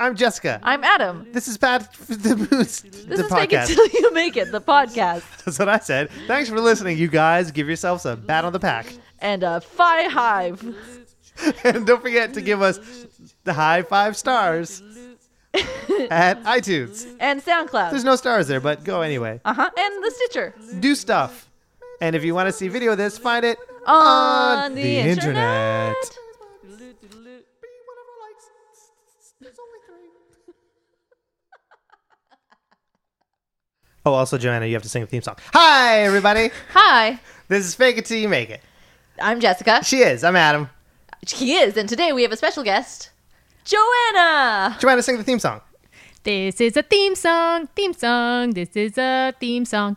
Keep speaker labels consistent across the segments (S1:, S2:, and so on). S1: I'm Jessica.
S2: I'm Adam.
S1: this is Pat f- the Moose.
S2: This
S1: the
S2: is Take It
S1: podcast.
S2: Till You Make It, the podcast.
S1: That's what I said. Thanks for listening, you guys. Give yourselves a bat on the pack.
S2: And a Phi Hive.
S1: And don't forget to give us the high five stars at iTunes.
S2: And SoundCloud.
S1: There's no stars there, but go anyway.
S2: Uh huh. And the Stitcher.
S1: Do stuff. And if you want to see video of this, find it
S2: On the internet.
S1: Oh, also, Joanna, you have to sing a theme song. Hi, everybody.
S2: Hi,
S1: This is Fake It Till You Make It.
S2: I'm Jessica.
S1: She is. I'm Adam.
S2: He is. And today we have a special guest, Joanna.
S1: Joanna, sing the theme song.
S3: This is a theme song, theme song. This is a theme song.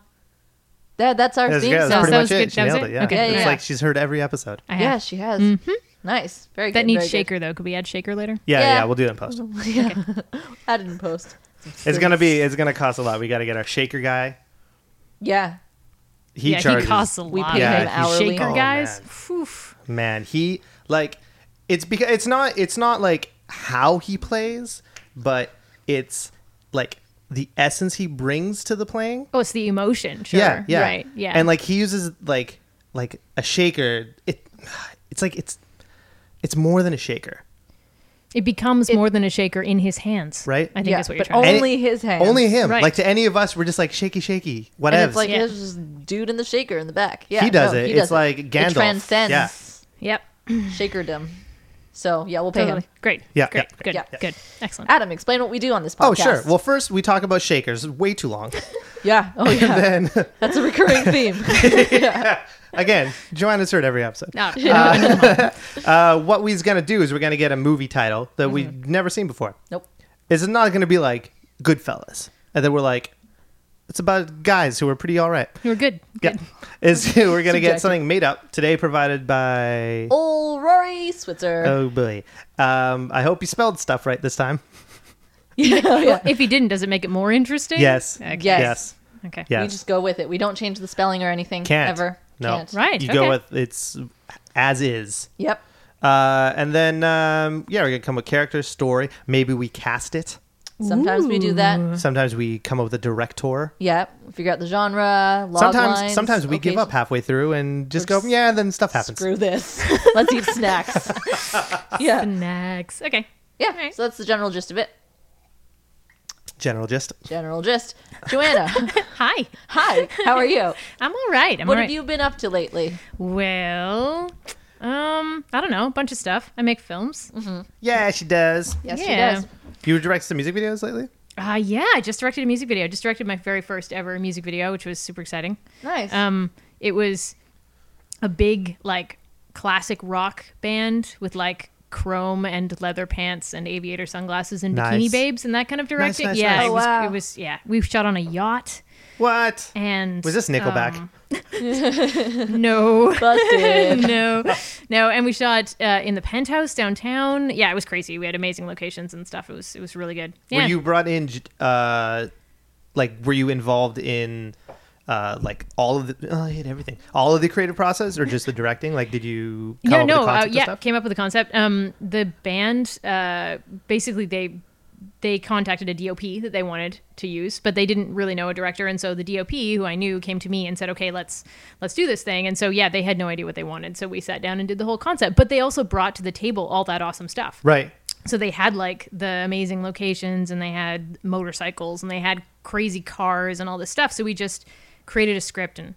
S2: That, that's our
S1: That's,
S2: theme
S1: good. That's
S2: song.
S1: pretty
S3: that
S1: much
S3: was
S1: it.
S3: good.
S1: She
S3: That was
S1: nailed it.
S3: it?
S1: Yeah.
S3: Okay.
S1: it's
S2: Yeah.
S1: like she's heard every episode.
S3: I
S2: yeah,
S3: have.
S2: she has. Nice. Very good.
S3: Mm-hmm. That
S2: very
S3: needs
S2: good.
S3: shaker though. Could we add shaker later?
S1: Yeah, yeah,
S2: Yeah.
S1: we'll do it in post.
S2: Yeah. Add it in post.
S1: It's gonna be. It's gonna cost a lot. We got to get our shaker guy.
S2: Yeah.
S1: He
S3: yeah,
S1: charges.
S3: he costs a lot.
S2: We pay
S1: Yeah,
S2: him
S1: if you
S2: hourly.
S3: Shaker
S1: Oh,
S3: guys.
S1: man.
S3: Whew.
S1: Man, he like. It's because it's not. It's not like how he plays, but it's like the essence he brings to the playing.
S3: Oh, it's the emotion. Sure.
S1: Yeah, yeah,
S3: Right. Yeah.
S1: And like he uses like like a shaker. It. It's like it's. It's more than a shaker,
S3: it becomes more than a shaker in his hands.
S1: Right?
S3: I think
S2: Yeah,
S3: that's what you're
S2: but
S3: trying. to
S1: And
S2: only
S1: it-
S2: his hands.
S1: Only him.
S3: Right.
S1: Like to any of us, we're just like shaky, shaky,
S2: And
S1: whatever.
S2: it's like
S3: Yeah.
S2: there's this dude in the shaker in the back. Yeah,
S1: He does
S2: no,
S1: it.
S2: He
S1: It's
S2: does
S1: like Gandalf.
S2: It transcends
S1: Yeah.
S3: Yep.
S2: shakerdom. So yeah, we'll pay
S3: Totally.
S2: him.
S3: Great.
S1: Yeah,
S3: Great.
S1: yeah,
S3: good.
S2: yeah. Ah,
S3: Good. Excellent.
S2: Adam, explain what we do on this podcast.
S1: Oh sure. Well, first we talk about shakers. Way too long.
S2: yeah. Oh yeah.
S1: then
S2: That's a recurring theme.
S1: again, Joanna's heard every episode.
S3: No.
S1: Uh, what we's gonna do is we're gonna get a movie title that we've
S2: Mm-hmm.
S1: never seen before.
S2: nope.
S1: It's not gonna be like Goodfellas, and then we're like, it's about guys who are pretty all right.
S3: You're good.
S1: Yeah,
S3: Good.
S1: is we're gonna get
S2: Subjective. Oh.
S1: something made up today, provided by.
S2: Old Rory Switzer.
S1: Oh boy! Um, I hope you spelled stuff right this time.
S2: yeah, oh, yeah.
S3: If he didn't, does it make it more interesting?
S1: Yes.
S3: Okay.
S2: Yes.
S1: Yes.
S3: Okay.
S1: Yes.
S2: Eh, We just go with it. We don't change the spelling or anything
S1: Can't
S2: ever.
S1: No.
S2: Can't.
S3: Right,
S1: You go
S3: okay.
S1: with it's as is.
S2: Yep.
S1: Uh, and then um, yeah, we're gonna come with character story. Maybe we cast it.
S3: Mm-hmm.
S2: Sometimes we do that.
S1: Sometimes we come up with a director.
S2: Yep. Figure out the genre. Log
S1: sometimes
S2: lines,
S1: sometimes we give up
S2: location.
S1: halfway through and just
S2: We're
S1: go yeah, then stuff happens.
S2: Screw this. Let's eat snacks. yeah.
S3: Next. Okay.
S2: Yeah.
S3: Alright.
S2: So that's the general gist of it.
S1: General gist.
S2: General gist. Joanna,
S3: Hi.
S2: hi. How are you?
S3: I'm all right. I'm
S2: What
S3: all
S2: have
S3: right.
S2: you been up to lately?
S3: Well, um, I don't know. A bunch of stuff. I make films.
S1: Yeah, she does.
S2: Yes, she
S3: Yeah.
S2: does.
S1: You directed some music videos lately?
S3: Uh, yeah, I just directed a music video. I just directed my very first ever music video, which was super exciting.
S2: Nice.
S3: Um, it was a big like classic rock band with like chrome and leather pants and aviator sunglasses and bikini
S1: Nice.
S3: babes and that kind of directing.
S1: nice,
S3: yeah,
S1: nice.
S3: it
S1: Oh,
S3: was.
S2: wow.
S3: It was. Yeah, we shot on a yacht
S1: What?
S3: and
S1: Was this Nickelback?
S3: um, no.
S2: Busted.
S3: no, no, and we shot uh, in the penthouse downtown. Yeah, it was crazy. We had amazing locations and stuff. It was it was really good. Yeah.
S1: Were you brought in j- uh like were you involved in uh, like all of the oh, I hate everything, all of the creative process, or just the directing? Like, did you come
S3: yeah,
S1: up
S3: no,
S1: with the
S3: uh,
S1: concept and
S3: yeah,
S1: stuff?
S3: came up with the concept. Um, the band, uh, basically they they contacted a DOP that they wanted to use, but they didn't really know a director, and so the DOP, who I knew, came to me and said, "Okay, let's let's do this thing." And so yeah, they had no idea what they wanted, so we sat down and did the whole concept. But they also brought to the table all that awesome stuff.
S1: Right.
S3: so they had like the amazing locations and they had motorcycles and they had crazy cars and all this stuff so we just created a script and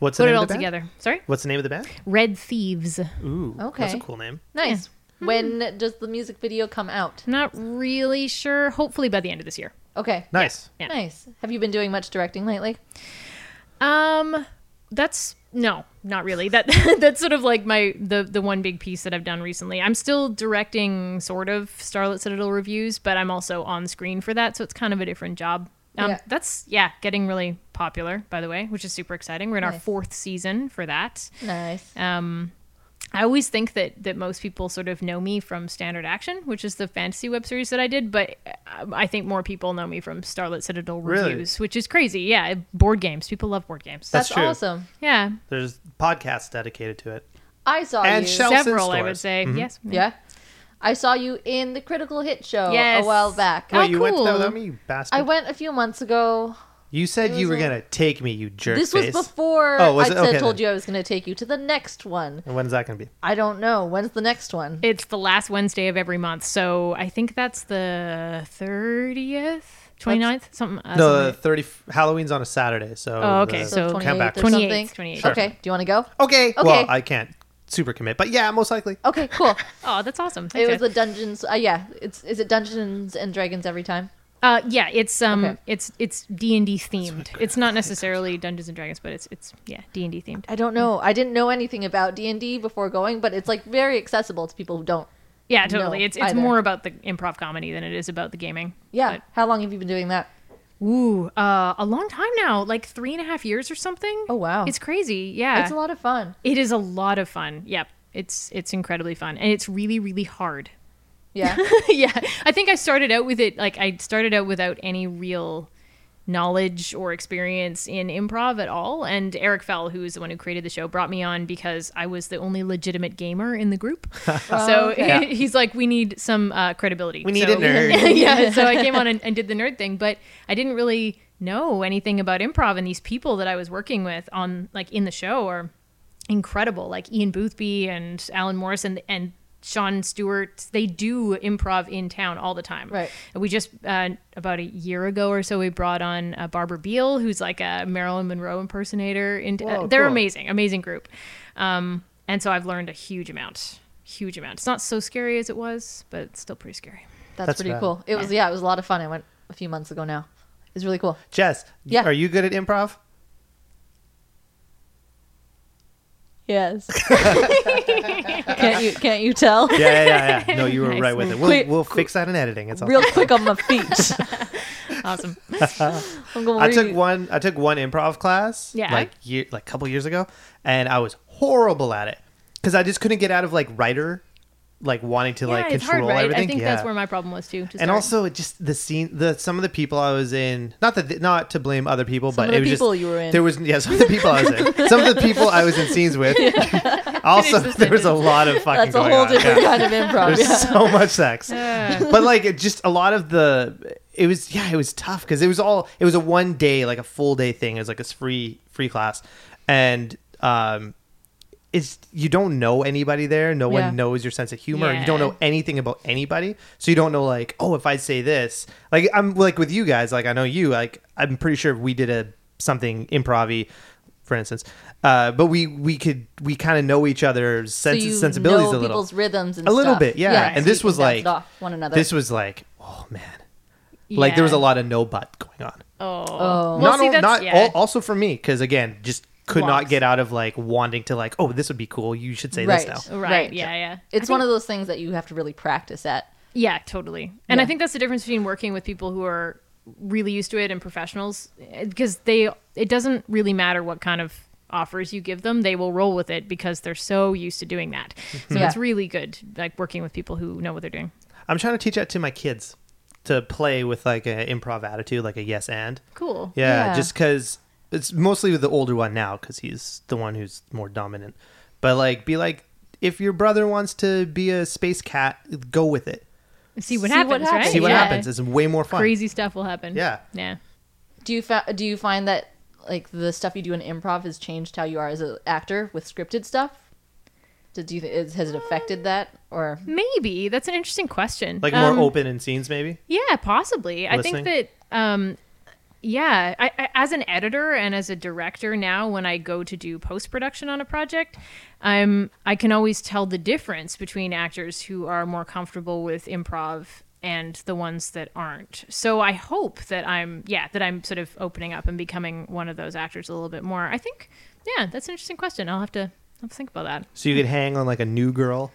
S1: What's the
S3: put
S1: name
S3: it
S1: of
S3: all
S1: the band?
S3: together sorry
S1: What's the name of the band?
S3: red thieves
S1: Ooh, that's a
S2: Okay.
S1: cool name.
S2: nice. When does the music video come out?
S3: not really sure hopefully by the end of this year
S2: Okay.
S1: Nice.
S3: Yeah.
S2: Nice. Have you been doing much directing lately?
S3: um that's no not really that that's sort of like my the the one big piece that i've done recently i'm still directing sort of starlet citadel reviews but i'm also on screen for that so it's kind of a different job um,
S2: Yeah.
S3: that's yeah getting really popular by the way which is super exciting we're in our
S2: Nice.
S3: fourth season for that
S2: Nice.
S3: um, I always think that that most people sort of know me from Standard Action, which is the fantasy web series that I did, but uh, I think more people know me from Starlit Citadel
S1: Really?
S3: reviews, which is crazy. Yeah, board games. People love board games.
S1: That's
S2: That's,
S1: true.
S2: awesome.
S3: yeah,
S1: There's podcasts dedicated to it.
S2: I saw
S1: And
S2: you.
S1: shall- Else in
S3: several I would
S1: stores.
S3: say. Yes.
S2: yeah. I saw you in the Critical Hit show
S3: Yes.
S2: a while back.
S3: How
S1: Wait, you went to that
S3: Ah, cool.
S1: without me, you bastard.
S2: I went a few months ago.
S1: you said
S2: it
S1: you
S2: was
S1: were
S2: a-
S1: gonna take me, you jerk
S2: This was
S1: face.
S2: before
S1: Oh, was
S2: I
S1: it?
S2: said-
S1: Okay,
S2: told
S1: then.
S2: you I was going to take you to the next one.
S1: and when's that gonna be?
S2: I don't know. When's the next one?
S3: It's the last Wednesday of every month, so I think that's the 30th, 29th, something.
S1: No,
S3: Uh, something
S1: the
S3: like-
S1: thirty. Halloween's on a Saturday, so.
S3: Oh, okay,
S1: the-
S3: so-
S2: twenty
S1: Count
S2: eighth
S1: back.
S2: or
S3: 28th,
S2: something.
S3: 28th.
S1: Sure.
S2: Okay. Do you want to go?
S1: okay.
S2: Okay.
S1: Well, I can't super commit, but yeah, most likely.
S2: Okay. Cool.
S3: oh, that's awesome.
S2: It
S3: Okay.
S2: was the Dungeons. Uh, yeah. It's is it Dungeons and Dragons every time?
S3: uh, yeah, it's um,
S2: Okay.
S3: it's it's D and D themed. It's not necessarily Dungeons and Dragons, but it's it's yeah D and D themed.
S2: I don't know. I didn't know anything about D and D before going, but it's like very accessible to people who don't.
S3: Yeah, totally.
S2: No,
S3: it's it's
S2: either.
S3: more about the improv comedy than it is about the gaming.
S2: Yeah. How long have you been doing that?
S3: But- ooh, uh, a long time now, like three and a half years or something.
S2: Oh, wow.
S3: it's crazy. Yeah,
S2: It's a lot of fun.
S3: It is a lot of fun. Yep. It's it's incredibly fun and it's really really hard.
S2: Yeah.
S3: yeah. I think I started out with it like I started out without any real knowledge or experience in improv at all and Eric Fell who is the one who created the show brought me on because I was the only legitimate gamer in the group. so
S2: okay.
S1: Yeah.
S3: he's like we need some uh, credibility.
S1: We need
S3: So-
S1: a nerd.
S3: yeah, so I came on and, and did the nerd thing, but I didn't really know anything about improv and these people that I was working with on like in the show are incredible, like Ian Boothby and Alan Morrison and Sean Stewart. They do improv in town all the time.
S2: Right.
S3: And We just uh, about a year ago or so we brought on uh, Barbara Beal, who's like a Marilyn Monroe impersonator. And uh,
S1: Whoa,
S3: they're
S1: cool.
S3: amazing, amazing group. Um, and so I've learned a huge amount, huge amount. It's not so scary as it was, but it's still pretty scary.
S2: That's,
S1: That's
S2: pretty
S1: rad.
S2: cool. It was yeah. It was a lot of fun. I went a few months ago now. It's really cool.
S1: Jess,
S2: Yeah.
S1: are you good at improv?
S2: Yes. can't you can't you tell?
S1: Yeah, yeah, yeah. yeah. No, you were
S3: Nice.
S1: right with it. We'll,
S2: Quick-
S1: we'll fix that in editing. It's all.
S2: Real quick on my feet.
S3: Awesome.
S2: I'm gonna
S1: I took
S2: read-
S1: one. I took one improv class.
S3: Yeah.
S1: Like year, like couple years ago, and I was horrible at it because I just couldn't get out of like writer, like wanting to like control everything.
S3: I think
S1: yeah.
S3: that's where my problem was too. to
S1: and
S3: start.
S1: also it just the scene the some of the people i was in not that th- not to blame other people but
S2: of the
S1: it was
S2: people
S1: just
S2: you were in.
S1: there was yeah some of the people i was in some of the people i was in scenes with also
S3: Finish the
S1: there was a
S3: sentence.
S1: lot of fucking
S2: That's a
S1: going
S2: whole
S1: on.
S2: different
S1: Yeah.
S2: kind of improv.
S1: There's
S2: yeah.
S1: so much sex. but like it just a lot of the it was yeah, it was tough because it was all it was a one day, like a full day thing. It was like a free free class. And um it's you don't know anybody there. No
S2: Yeah.
S1: one knows your sense of humor. and You don't
S3: Yeah.
S1: know anything about anybody. So you don't know like, oh, if I say this, like I'm like with you guys, like I know you, like I'm pretty sure if we did a something improv for instance, uh, but we we could we kind of know each other's sense,
S2: so you
S1: sensibilities
S2: know
S1: a little,
S2: people's rhythms and
S1: a little
S2: stuff.
S1: bit, yeah. And
S2: so
S1: this
S2: you can
S1: was
S2: bounce
S1: like-
S2: it off one another.
S1: this was like oh man like there was
S3: Yeah.
S1: a lot of no but going on
S3: Oh,
S2: Oh.
S3: Well,
S1: not,
S3: see,
S1: al-
S3: that's-
S1: not
S3: yeah.
S1: al- also for me because again just could
S3: Blocks.
S1: not get out of like wanting to like oh this would be cool you should say
S2: right.
S1: this now
S3: Right,
S2: Right.
S3: yeah, yeah.
S2: It's one of those things that you have to really practice at.
S3: yeah, totally. And I
S2: Yeah.
S3: think that's the difference between working with people who are really used to it and professionals because they it doesn't really matter what kind of offers you give them they will roll with it because they're so used to doing that
S1: Mm-hmm.
S3: so
S2: Yeah.
S3: it's really good like working with people who know what they're doing
S1: i'm trying to teach that to my kids to play with like an improv attitude like a yes and
S3: cool
S1: yeah,
S2: Yeah.
S1: just 'cause just because it's mostly with the older one now because he's the one who's more dominant but like be like if your brother wants to be a space cat go with it
S3: see what
S2: See
S3: happens
S2: what happens.
S3: right
S1: see what
S3: Yeah.
S1: happens it's way more fun
S3: crazy stuff will happen
S1: Yeah.
S3: yeah
S2: Do you fa- do you find that like the stuff you do in improv has changed how you are as an actor with scripted stuff? Did do you th- is, has it affected that or
S3: maybe that's an interesting question
S1: like more
S3: Um,
S1: open in scenes maybe
S3: Yeah, possibly. I
S1: Listening?
S3: think that, um, yeah, I, I, as an editor and as a director now, when I go to do post production on a project, I'm I can always tell the difference between actors who are more comfortable with improv and the ones that aren't. So I hope that I'm yeah that I'm sort of opening up and becoming one of those actors a little bit more. I think yeah, that's an interesting question. I'll have to. I'll think about that.
S1: So you could hang on like a new girl.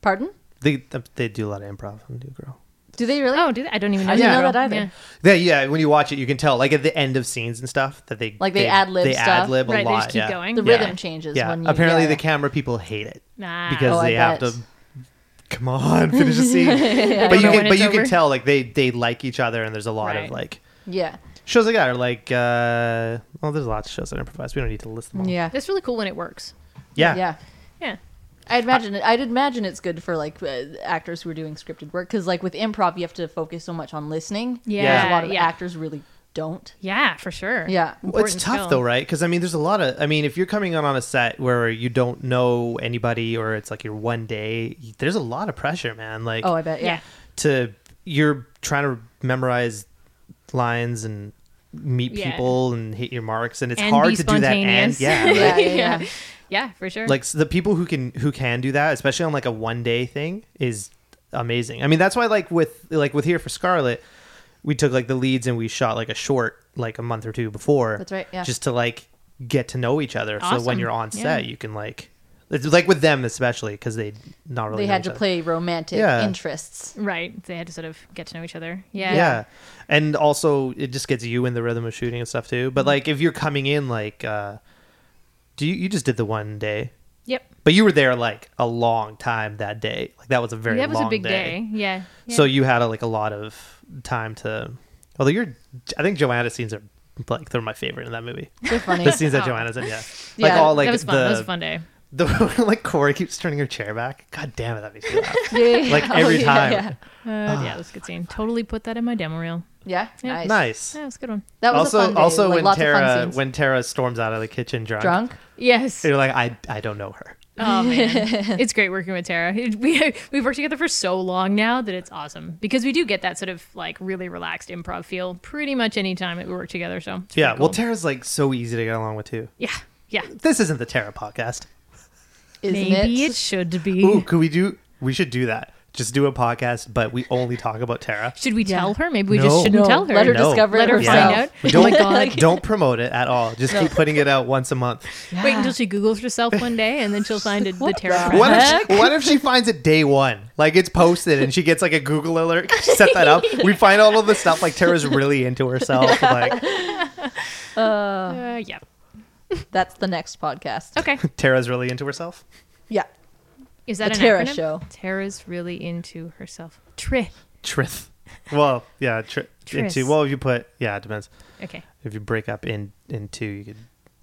S2: pardon?
S1: They they do a lot of improv on New Girl.
S2: Do they really?
S3: Oh, did I don't even know.
S2: I didn't
S1: know
S2: that either.
S3: Yeah.
S1: Yeah, yeah. When you watch it, you can tell like at the end of scenes and stuff that they
S2: Like, they ad-lib
S1: They
S2: stuff.
S1: ad lib a
S3: Right, they
S1: lot.
S3: just keep
S1: yeah.
S3: going.
S2: the
S3: Yeah.
S2: rhythm changes
S1: Yeah.
S2: when you
S1: Apparently,
S2: yeah,
S1: the
S2: yeah.
S1: camera people hate it
S3: Nah.
S1: because
S2: Oh, I
S1: they have
S2: bet.
S1: to. Come on, finish the scene.
S3: I
S1: but
S3: don't
S1: you
S3: know
S1: can,
S3: when
S1: but
S3: it's
S1: you can
S3: over.
S1: tell like they they like each other, and there's a lot
S3: Right.
S1: of like
S2: Yeah.
S1: shows like that are like. uh Well, there's lots of shows that improvise. We don't need to list them all.
S2: Yeah.
S3: It's really cool when it works.
S1: yeah.
S2: Yeah.
S3: Yeah.
S2: I'd imagine it, I'd imagine it's good for like uh, actors who are doing scripted work because like with improv you have to focus so much on listening.
S3: Yeah,
S2: Whereas a lot of
S3: yeah.
S2: actors really don't.
S3: Yeah, for sure.
S2: Yeah.
S1: Well, it's
S3: important
S1: tough
S3: skill.
S1: though, right? Because I mean, there's a lot of. I mean, if you're coming on on a set where you don't know anybody, or it's like your one day, there's a lot of pressure, man. Like,
S2: Oh, I bet. Yeah.
S3: Yeah.
S1: to you're trying to memorize lines and meet
S3: Yeah.
S1: people and hit your marks, and it's
S3: And
S1: hard
S3: be
S1: to do that. And
S3: spontaneous.
S1: yeah, right?
S2: Yeah, yeah, yeah.
S3: Yeah, for sure.
S1: like s- the people who can who can do that especially on like a one day thing is amazing i mean that's why like with like with here for scarlet we took like the leads and we shot like a short like a month or two before
S2: That's right, yeah.
S1: just to like get to know each other so when
S3: Awesome.
S1: you're on
S3: Yeah.
S1: set you can like it's like with them especially because they not really
S2: They
S1: know
S2: had
S1: each
S2: to
S1: other.
S2: play romantic
S1: Yeah.
S2: interests.
S3: right. They had to sort of get to know each other. Yeah.
S1: yeah. and also it just gets you in the rhythm of shooting and stuff too but
S2: Mm-hmm.
S1: like if you're coming in like uh do you you just did the one day
S3: Yep.
S1: but you were there like a long time that day like that was a very
S3: that was a
S1: long
S3: big
S1: day.
S3: day. Yeah. yeah.
S1: So you had a, like a lot of time to. Although you're, I think Joanna's scenes are like they're my favorite in that movie.
S2: They're funny.
S1: The scenes that
S3: Oh.
S1: Joanna's in, yeah, like
S2: Yeah,
S1: all like
S3: that was fun.
S1: the
S3: that was a fun day.
S1: the like Corey keeps turning her chair back. God damn it, that makes me laugh.
S2: Yeah, yeah, yeah.
S1: Like
S2: Oh,
S1: every
S2: yeah,
S1: time.
S2: Yeah.
S3: Uh, yeah, that was a good scene. Totally put that in my demo reel.
S2: Yeah,
S3: Yeah.
S2: Nice.
S1: Nice.
S3: Yeah, it was a good one.
S2: That was
S1: also,
S2: a fun day.
S1: also
S2: like,
S1: when
S2: lots of fun
S1: Tara
S2: scenes.
S1: when Tara storms out of the kitchen drunk,
S2: drunk.
S3: Yes.
S1: you're like I I don't know her.
S3: Oh man, it's great working with Tara. It- We we've worked together for so long now that it's awesome because we do get that sort of like really relaxed improv feel pretty much any time that we work together. So it's
S1: Yeah,
S3: pretty
S1: well
S3: cool.
S1: Tara's like so easy to get along with too.
S3: yeah, yeah.
S1: This isn't the Tara podcast.
S2: Isn't
S3: Maybe
S2: it?
S3: it should be.
S1: Ooh, could we do? We should do that. Just do a podcast, but we only talk about Tara.
S3: Should we
S2: Yeah.
S3: tell her? Maybe we
S1: No.
S3: just shouldn't
S2: No,
S3: tell her.
S2: let her
S1: No.
S2: discover
S3: Let
S2: it
S3: her
S2: herself.
S3: find out.
S1: Don't,
S3: Oh my God.
S1: don't promote it at all. Just keep putting it out once a month.
S3: Wait until she Googles herself one day and then she'll find it, the Tara.
S2: the-
S3: Press.
S1: What if, she, what if she finds it day one? Like it's posted and she gets like a Google alert. She Set that up. We find all of the stuff. Like Tara's really into herself. Like
S3: Uh, yeah.
S2: That's the next podcast.
S3: Okay.
S1: Tara's really into herself.
S2: Yeah.
S3: Is that
S2: The
S3: an
S2: Tara
S3: acronym?
S2: Show.
S3: Tara's really into herself. Tri.
S1: Trith. Well, yeah. Tri-
S3: Tris.
S1: Into. Well, if you put yeah, it depends.
S3: Okay.
S1: If you break up in in two, you could.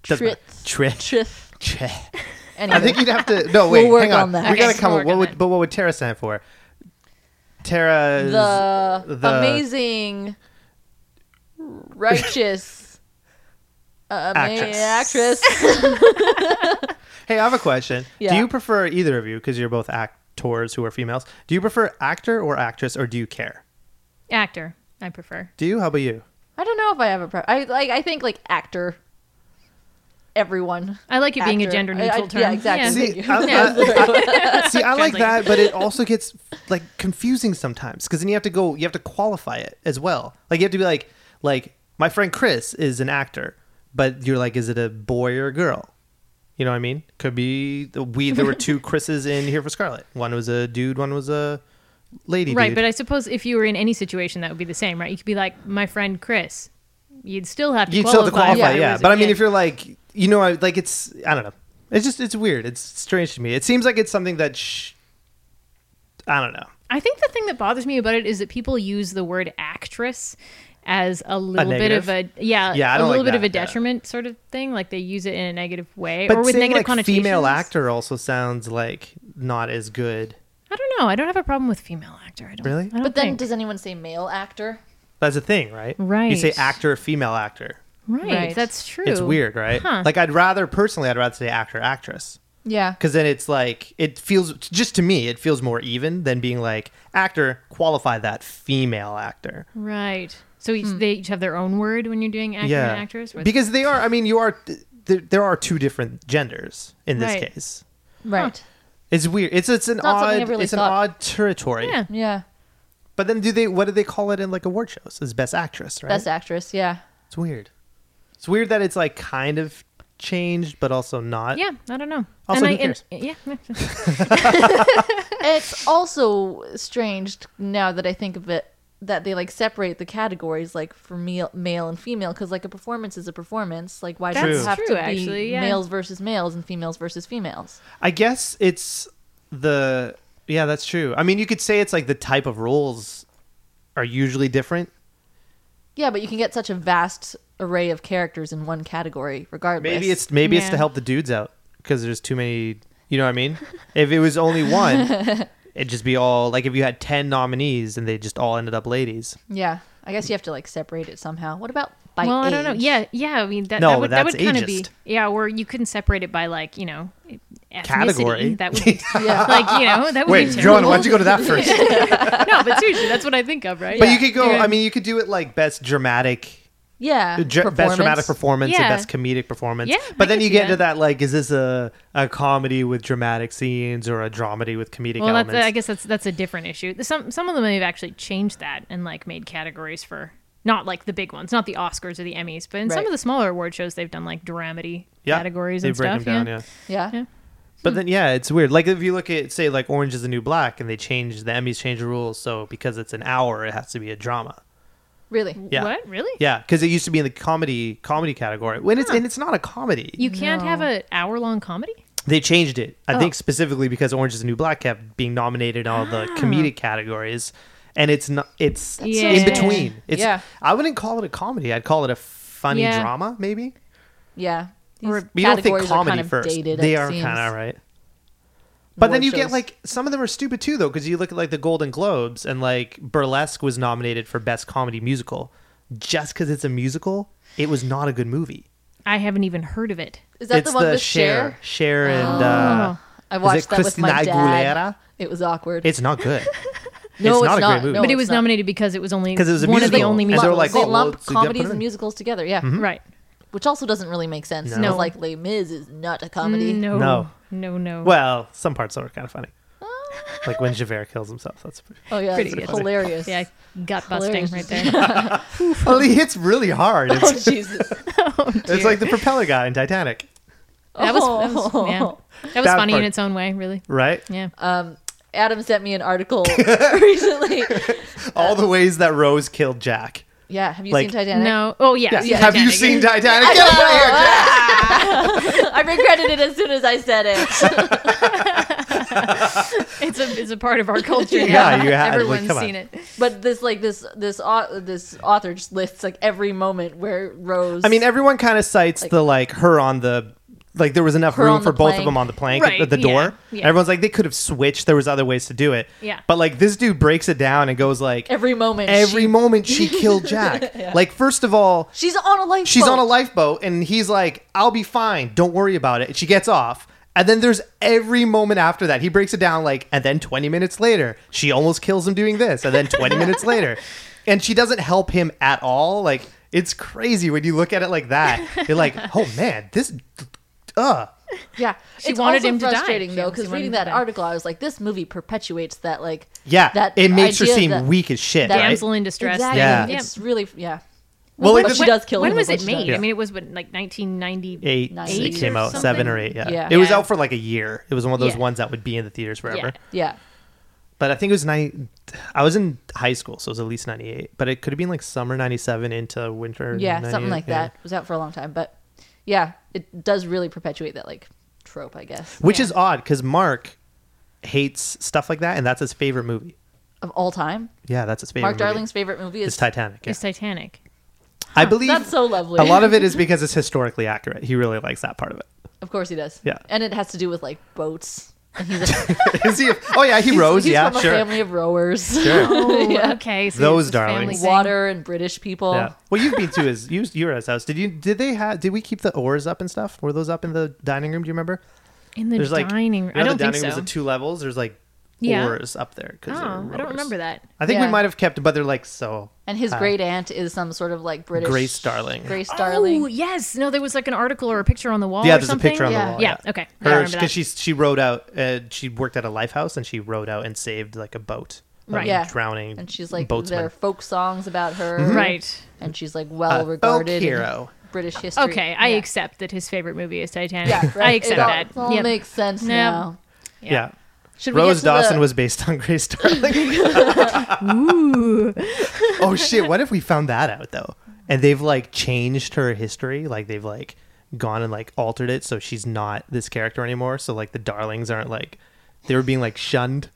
S2: Trith.
S1: Trith.
S2: Trith.
S1: Trith.
S2: Anyway.
S1: I think you'd have to. No, wait.
S2: work
S1: hang on.
S2: on that.
S1: We
S3: Okay,
S1: gotta come.
S3: we'll
S1: up-
S3: work
S1: What
S3: on
S1: would?
S3: that.
S1: But what would Tara stand for? Tara's
S2: the,
S1: the-
S2: amazing righteous uh,
S1: Actress.
S2: actress. actress.
S1: Hey, I have a question.
S2: Yeah.
S1: Do you prefer either of you, because you're both actors who are females, do you prefer actor or actress, or do you care?
S3: Actor. I prefer.
S1: Do you? How about you?
S2: I don't know if I have a pre- I like I think like actor everyone.
S3: I like it being a
S2: Actor.
S3: gender
S2: I- I-
S3: neutral term.
S2: yeah, exactly.
S3: Yeah.
S1: See,
S2: Thank
S1: I,
S2: you.
S1: I- I- see, I like
S3: Translate.
S1: that, but it also gets like confusing sometimes because then you have to go, you have to qualify it as well. Like you have to be like, like my friend Chris is an actor, but you're like, is it a boy or a girl? You know what I mean? Could be the we. There were two Chris's in here for Scarlet. One was a dude. One was a lady.
S3: Right,
S1: dude.
S3: but I suppose if you were in any situation, that would be the same, right? You could be like, my friend Chris. You'd still have to
S1: You'd still
S3: qualify.
S1: have to qualify, yeah.
S3: if it was a
S1: But I mean,
S3: kid.
S1: if you're like, you know, I- like it's, I don't know. It's just, it's weird. It's strange to me. It seems like it's something that, sh- I don't know.
S3: I think the thing that bothers me about it is that people use the word actress as a little bit
S1: negative?
S3: of a yeah,
S1: Yeah, I
S3: a
S1: don't
S3: little
S1: like
S3: bit of
S1: that,
S3: a
S1: yeah.
S3: detriment sort of thing. Like they use it in a negative way
S1: But
S3: or with
S1: saying
S3: negative
S1: like
S3: connotations.
S1: female actor also sounds like not as good.
S3: I don't know. I don't have a problem with female actor. I don't
S1: Really?
S3: I don't
S2: But then
S3: think.
S2: does anyone say male actor?
S1: That's a thing, right? You
S3: Right.
S1: say actor, female actor.
S3: right,
S2: Right.
S3: That's true.
S1: It's weird, right?
S3: Huh.
S1: Like I'd rather, personally, I'd rather say actor, actress.
S2: Yeah.
S1: Because then it's like, it feels, just to me, it feels more even than being like, actor, qualify that female actor.
S3: Right. So each,
S2: Hmm.
S3: they each have their own word when you're doing actor and actress. With-
S1: because they are i mean you are there, there are two different genders in this
S3: Right.
S1: case
S2: Right.
S1: it's weird it's it's an
S2: Not something
S1: odd
S2: I've really
S1: it's an
S2: thought.
S1: odd territory
S3: yeah.
S2: Yeah.
S1: but then do they what do they call it in like award shows as best actress right
S2: Best actress, yeah.
S1: it's weird it's weird that it's like kind of changed but also not
S3: Yeah, I don't know.
S1: Also,
S3: I,
S1: who cares?
S3: yeah,
S2: It's also strange now that I think of it that they like separate the categories like for male, male and female because like a performance is a performance. Like why
S1: That's
S2: does it have
S3: true,
S2: to be
S3: actually, yeah.
S2: males versus males and females versus females?
S1: i guess it's the yeah that's true i mean you could say it's like the type of roles are usually different
S2: Yeah, but you can get such a vast array of characters in one category regardless.
S1: maybe it's maybe it's
S3: Yeah.
S1: to help the dudes out because there's too many You know what I mean? If it was only one, it'd just be all like if you had 10 nominees and they just all ended up ladies.
S2: Yeah, I guess you have to like separate it somehow. What about by
S3: well,
S2: age?
S3: I don't know. Yeah, yeah. I mean, that,
S1: No,
S3: that would, that
S1: that's
S3: would kind of be
S1: ageist.
S3: yeah. Or you couldn't separate it by like you know ethnicity.
S1: Category.
S3: That would be
S2: Yeah.
S3: like Oh, you know that would
S1: Wait,
S3: be
S1: John,
S3: terrible.
S1: why don't you go to that first?
S3: no, but seriously, that's what I think of, right?
S1: But
S2: Yeah.
S1: you could go,
S3: Yeah.
S1: I mean, you could do it like best dramatic
S2: Yeah,
S1: Dr- best dramatic performance
S3: Yeah.
S1: and best comedic performance.
S3: Yeah, I
S1: but then
S3: could
S1: you
S3: see
S1: get
S3: that.
S1: into that like, is this a, a comedy with dramatic scenes or a dramedy with comedic
S3: Well, that's, uh,
S1: elements?
S3: I guess that's that's a different issue. Some some of them have actually changed that and like made categories for not like the big ones, not the Oscars or the Emmys, but in some
S2: Right.
S3: of the smaller award shows, they've done like dramedy
S1: yeah.
S3: categories
S1: they
S3: and
S1: break
S3: stuff.
S1: them down, yeah.
S2: Yeah.
S3: Yeah.
S1: But then yeah, it's weird. Like if you look at say like Orange is the New Black, and they changed the Emmys changed the rules, so because it's an hour, it has to be a drama.
S2: really.
S1: Yeah.
S3: What really?
S1: Yeah, because it used to be in the comedy comedy category when it's and it's not a comedy.
S3: You can't have
S2: No.
S3: an hour long comedy.
S1: they changed it. I
S3: Oh.
S1: think specifically because Orange is the New Black kept being nominated in all the
S2: Ah.
S1: comedic categories, and it's not it's
S3: That's so
S1: in
S3: strange.
S1: between. It's
S2: Yeah.
S1: I wouldn't call it a comedy. I'd call it a funny
S3: Yeah.
S1: drama, maybe.
S2: Yeah. These
S3: Or-
S1: But you don't think
S2: categories are
S1: comedy
S2: kind of
S1: first.
S2: dated,
S1: they
S2: it
S1: are
S2: seems.
S1: kind of right. But then
S2: Award
S1: you get
S2: shows.
S1: like some of them are stupid too, though, because you look at like the Golden Globes and like Burlesque was nominated for best comedy musical, just because it's a musical, it was not a good movie.
S3: I haven't even heard of it.
S2: Is that
S1: it's
S2: the one with Cher?
S1: Cher, Cher and uh,
S3: Oh.
S2: I watched that
S1: Christina
S2: with my dad.
S1: Aguilera?
S2: It was awkward.
S1: It's not good.
S2: No, it's
S1: a
S2: not. No,
S3: but it
S2: Oh, it's
S3: was
S2: not.
S3: nominated because it was only
S1: 'Cause it was a
S3: one of the
S1: musical,
S3: only
S1: and
S2: Lump-
S1: they're
S3: musicals.
S1: like,
S2: they
S1: oh, well,
S2: lump
S1: it's- you gotta
S2: comedies
S1: put it
S2: and
S1: in.
S2: musicals together. Yeah,
S3: right?
S2: which also doesn't really make sense.
S1: No.
S2: No,
S1: No.
S2: like Les Mis is not a comedy.
S3: No,
S1: No.
S3: no, no.
S1: Well, some parts are kind of funny. Like when Javert kills himself. That's pretty...
S2: Oh yeah,
S3: Pretty
S2: it's
S3: good.
S2: hilarious.
S3: yeah, gut busting
S2: Hilarious.
S3: right there.
S1: well, he hits really hard.
S2: Oh
S1: It's,
S2: Jesus.
S1: it's like the propeller guy in Titanic,
S3: That was, that was, yeah. that was
S1: That
S3: funny in
S1: part.
S3: its own way, really.
S1: right?
S3: Yeah.
S2: Um, Adam sent me an article recently.
S1: All the ways that Rose killed Jack.
S2: Yeah, have you
S1: Like-
S2: seen Titanic?
S3: No. Oh yeah.
S1: Yeah. Have you
S3: Titanic.
S1: seen Titanic? Get out of here, Jack!
S2: I regretted it as soon as I said it.
S3: It's a it's a part of our culture.
S1: Yeah,
S3: now.
S1: you have, like,
S3: Everyone's
S1: come on.
S3: seen it.
S2: But this like this this au- this author just lists like every moment where Rose.
S1: I mean, everyone kind of cites the like her on the like there was enough
S2: Her
S1: room
S2: on
S1: for
S2: the
S1: both
S2: plank.
S1: of them on the plank
S3: Right,
S1: at the, the
S3: yeah,
S1: door.
S3: yeah.
S1: Everyone's like they could have switched. There was other ways to do it.
S3: Yeah.
S1: But like this dude breaks it down and goes like
S2: every moment.
S1: every
S2: she,
S1: moment she killed Jack. Like first of all,
S2: she's on a lifeboat.
S1: she's on a lifeboat and he's like I'll be fine. Don't worry about it. And she gets off. And then there's every moment after that. He breaks it down like and then 20 minutes later, she almost kills him doing this. And then 20 minutes later. And she doesn't help him at all. Like it's crazy when you look at it like that. You're like, "Oh man, this uh
S2: Yeah,
S3: She
S2: it's
S3: wanted
S2: also
S3: him to die.
S2: frustrating
S3: She
S2: though,
S3: obviously
S2: because
S3: wanted
S2: reading
S3: him
S2: that
S3: to die.
S2: article, I was like, this movie perpetuates that like
S1: yeah,
S2: that
S1: it makes her
S2: idea
S1: seem
S2: that-
S1: weak as shit,
S2: that-
S1: right?
S3: Damsel in distress.
S2: Exactly.
S1: Yeah.
S3: Yeah.
S2: It's really yeah.
S1: Well, like
S2: But
S1: the-
S2: she does kill
S3: when
S2: him. a
S3: was
S2: bunch
S3: it
S2: of
S3: made?
S2: times.
S1: Yeah.
S3: I mean, it was what, like 1998.
S1: eight,
S2: Eight
S1: it came
S3: or
S1: out seven or eight yeah.
S2: Yeah.
S1: it was
S3: Yeah.
S1: out for like a year it was one of those
S3: Yeah.
S1: ones that would be in the theaters forever
S3: Yeah.
S2: Yeah.
S1: but i think it was nine i was in high school so it was at least 98 but it could have been like summer 97 into winter
S2: Yeah, something
S1: 98,
S2: like
S1: yeah.
S2: that. It was out for a long time, but yeah, it does really perpetuate that like trope, I guess,
S1: which
S3: Yeah.
S1: is odd because mark hates stuff like that and that's his favorite movie
S2: of all time.
S1: yeah that's his favorite
S2: Mark
S1: movie.
S2: Darling's favorite movie
S1: is
S2: is
S1: titanic yeah.
S3: It's Titanic.
S1: i believe
S2: That's so lovely.
S1: a lot of it is because it's historically accurate he really likes that part of it
S2: Of course he does.
S1: Yeah.
S2: And it has to do with like boats.
S1: is he oh yeah he
S2: He's-
S1: rose
S2: he's
S1: yeah
S2: from a
S1: sure
S2: family of rowers.
S1: sure
S3: Oh, okay. So
S1: Those
S3: it's a family
S1: darlings.
S3: thing.
S2: Water and British people.
S1: Yeah. Well, you've been to his you, you were at his house. Did you? Did they have? Did we keep the oars up and stuff? Were those up in the dining room? Do you remember?
S3: in the
S1: There's like
S3: dining
S1: you
S3: room.
S1: know
S3: I don't
S1: the
S3: think
S1: dining
S3: so.
S1: room is at two levels. There's like
S3: Yeah.
S1: oars up there. 'cause they're
S3: Oh, I don't
S1: rowers.
S3: remember that.
S1: I think
S2: Yeah.
S1: we might have kept, it, but they're like so.
S2: And his
S1: Uh,
S2: great aunt is some sort of like British
S1: Grace Darling.
S2: Grace
S3: Oh
S2: Darling.
S3: yes, no, there was like an article or a picture on the wall.
S1: yeah,
S3: or
S1: there's
S3: something.
S1: a picture on
S2: Yeah.
S1: the wall.
S3: Yeah, okay. I
S1: Her
S3: remember that.
S1: because she she rode out. Uh, she worked at a lifehouse and she rode out and saved like a boat. of
S3: Right.
S2: Yeah.
S1: Drowning.
S2: And she's like
S1: boatsman. Mm-hmm.
S2: there are folk songs about her.
S3: Right.
S2: And she's like
S1: A
S2: well
S1: folk
S2: regarded in
S1: hero.
S2: British history.
S3: Okay, I
S2: Yeah.
S3: accept that his favorite movie is Titanic.
S2: Yeah, right.
S3: I
S2: it
S3: accept
S2: all,
S3: that.
S2: It all
S3: Yep.
S2: makes sense
S3: No.
S2: now.
S1: Yeah.
S2: Should we
S1: Rose
S2: get to
S1: Dawson
S2: the-
S1: was based on Grace Darling. oh shit! What if we found that out though? And they've like changed her history, like they've like gone and like altered it so she's not this character anymore. So like the darlings aren't like they were being like shunned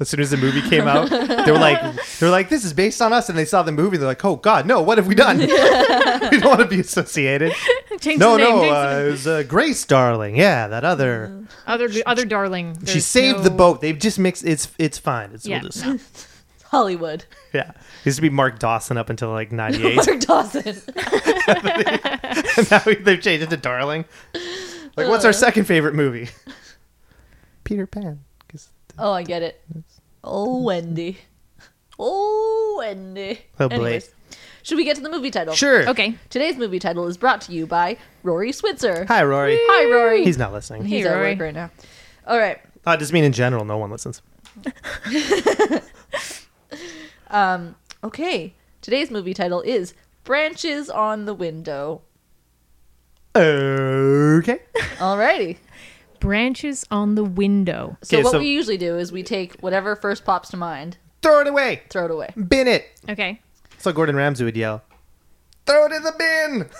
S1: as soon as the movie came out. They were like they're like this is based on us, and they saw the movie. They're like, oh god, no! What have we done? we don't want to be associated.
S3: Change
S1: No,
S3: the name.
S1: no,
S3: change
S1: uh,
S3: the-
S1: it was uh, Grace Darling. Yeah, that other.
S3: other other darling.
S1: she
S3: There's
S1: saved
S3: no-
S1: the boat. They've just mixed. It's it's fine. It's
S3: Yeah.
S1: we'll just,
S2: Hollywood.
S1: yeah. It used to be Mark Dawson up until like '98.
S2: Mark Dawson.
S1: and now we- they've changed it to Darling. Like, what's
S3: Uh.
S1: our second favorite movie? Peter Pan. 'Cause
S2: Oh, I get it. Oh, Wendy. Oh, Wendy.
S1: Oh, boy.
S2: Anyways, should we get to the movie title?
S1: Sure.
S3: Okay.
S2: Today's movie title is brought to you by Rory Switzer.
S1: Hi, Rory.
S2: Hi, Rory.
S1: He's not listening.
S2: He's
S3: Hey,
S2: at
S3: Rory.
S2: work right now. All right.
S1: I just mean in general, no one listens.
S2: Okay. Today's movie title is Branches on the Window.
S1: Okay.
S2: Alrighty.
S3: Branches on the window.
S2: So
S1: Okay,
S2: what
S1: so-
S2: we usually do is we take whatever first pops to mind,
S1: Throw it away.
S2: throw it away.
S1: Bin it.
S3: Okay.
S1: So Gordon Ramsay would yell, "Throw it in the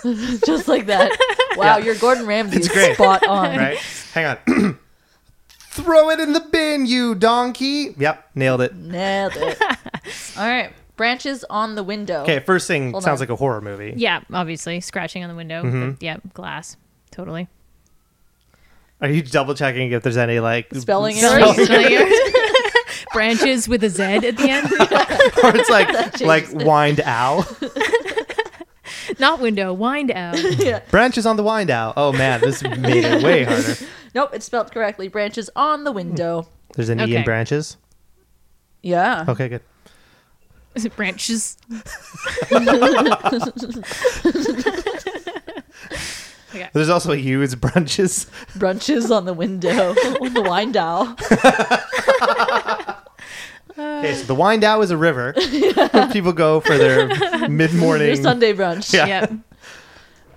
S1: bin!"
S2: Just like that. Wow, your Gordon Ramsay is
S1: It's great.
S2: spot on.
S1: Right? Hang on. Throw it in the bin, you donkey! Yep, nailed it.
S2: Nailed it. All right. Branches on the window.
S3: Oh,
S1: Okay, first thing
S2: Hold
S1: sounds
S2: on.
S1: like a horror movie.
S3: Yeah, obviously scratching on the window.
S1: Mm-hmm.
S3: But yeah, glass. Totally.
S1: Are you double checking if there's any like
S2: Spelling
S1: spell-
S2: errors.
S3: Branches with a Z at the end.
S1: or it's like like wind owl.
S3: Not window, wind out.
S1: Branches on the wind owl. Oh man, this made it way harder.
S2: Nope, it's spelled correctly. Branches on the window.
S1: There's an E in
S3: Okay.
S1: branches.
S2: Yeah.
S1: Okay, good.
S3: Is it branches?
S1: There's also a U. It's branches.
S2: Brunches on the window. the wine doll.
S1: Okay, so the
S3: Uh.
S1: wind owl is a river where people go for their mid
S2: Your
S1: morning.
S2: Sunday brunch.
S1: Yeah.
S3: Yep.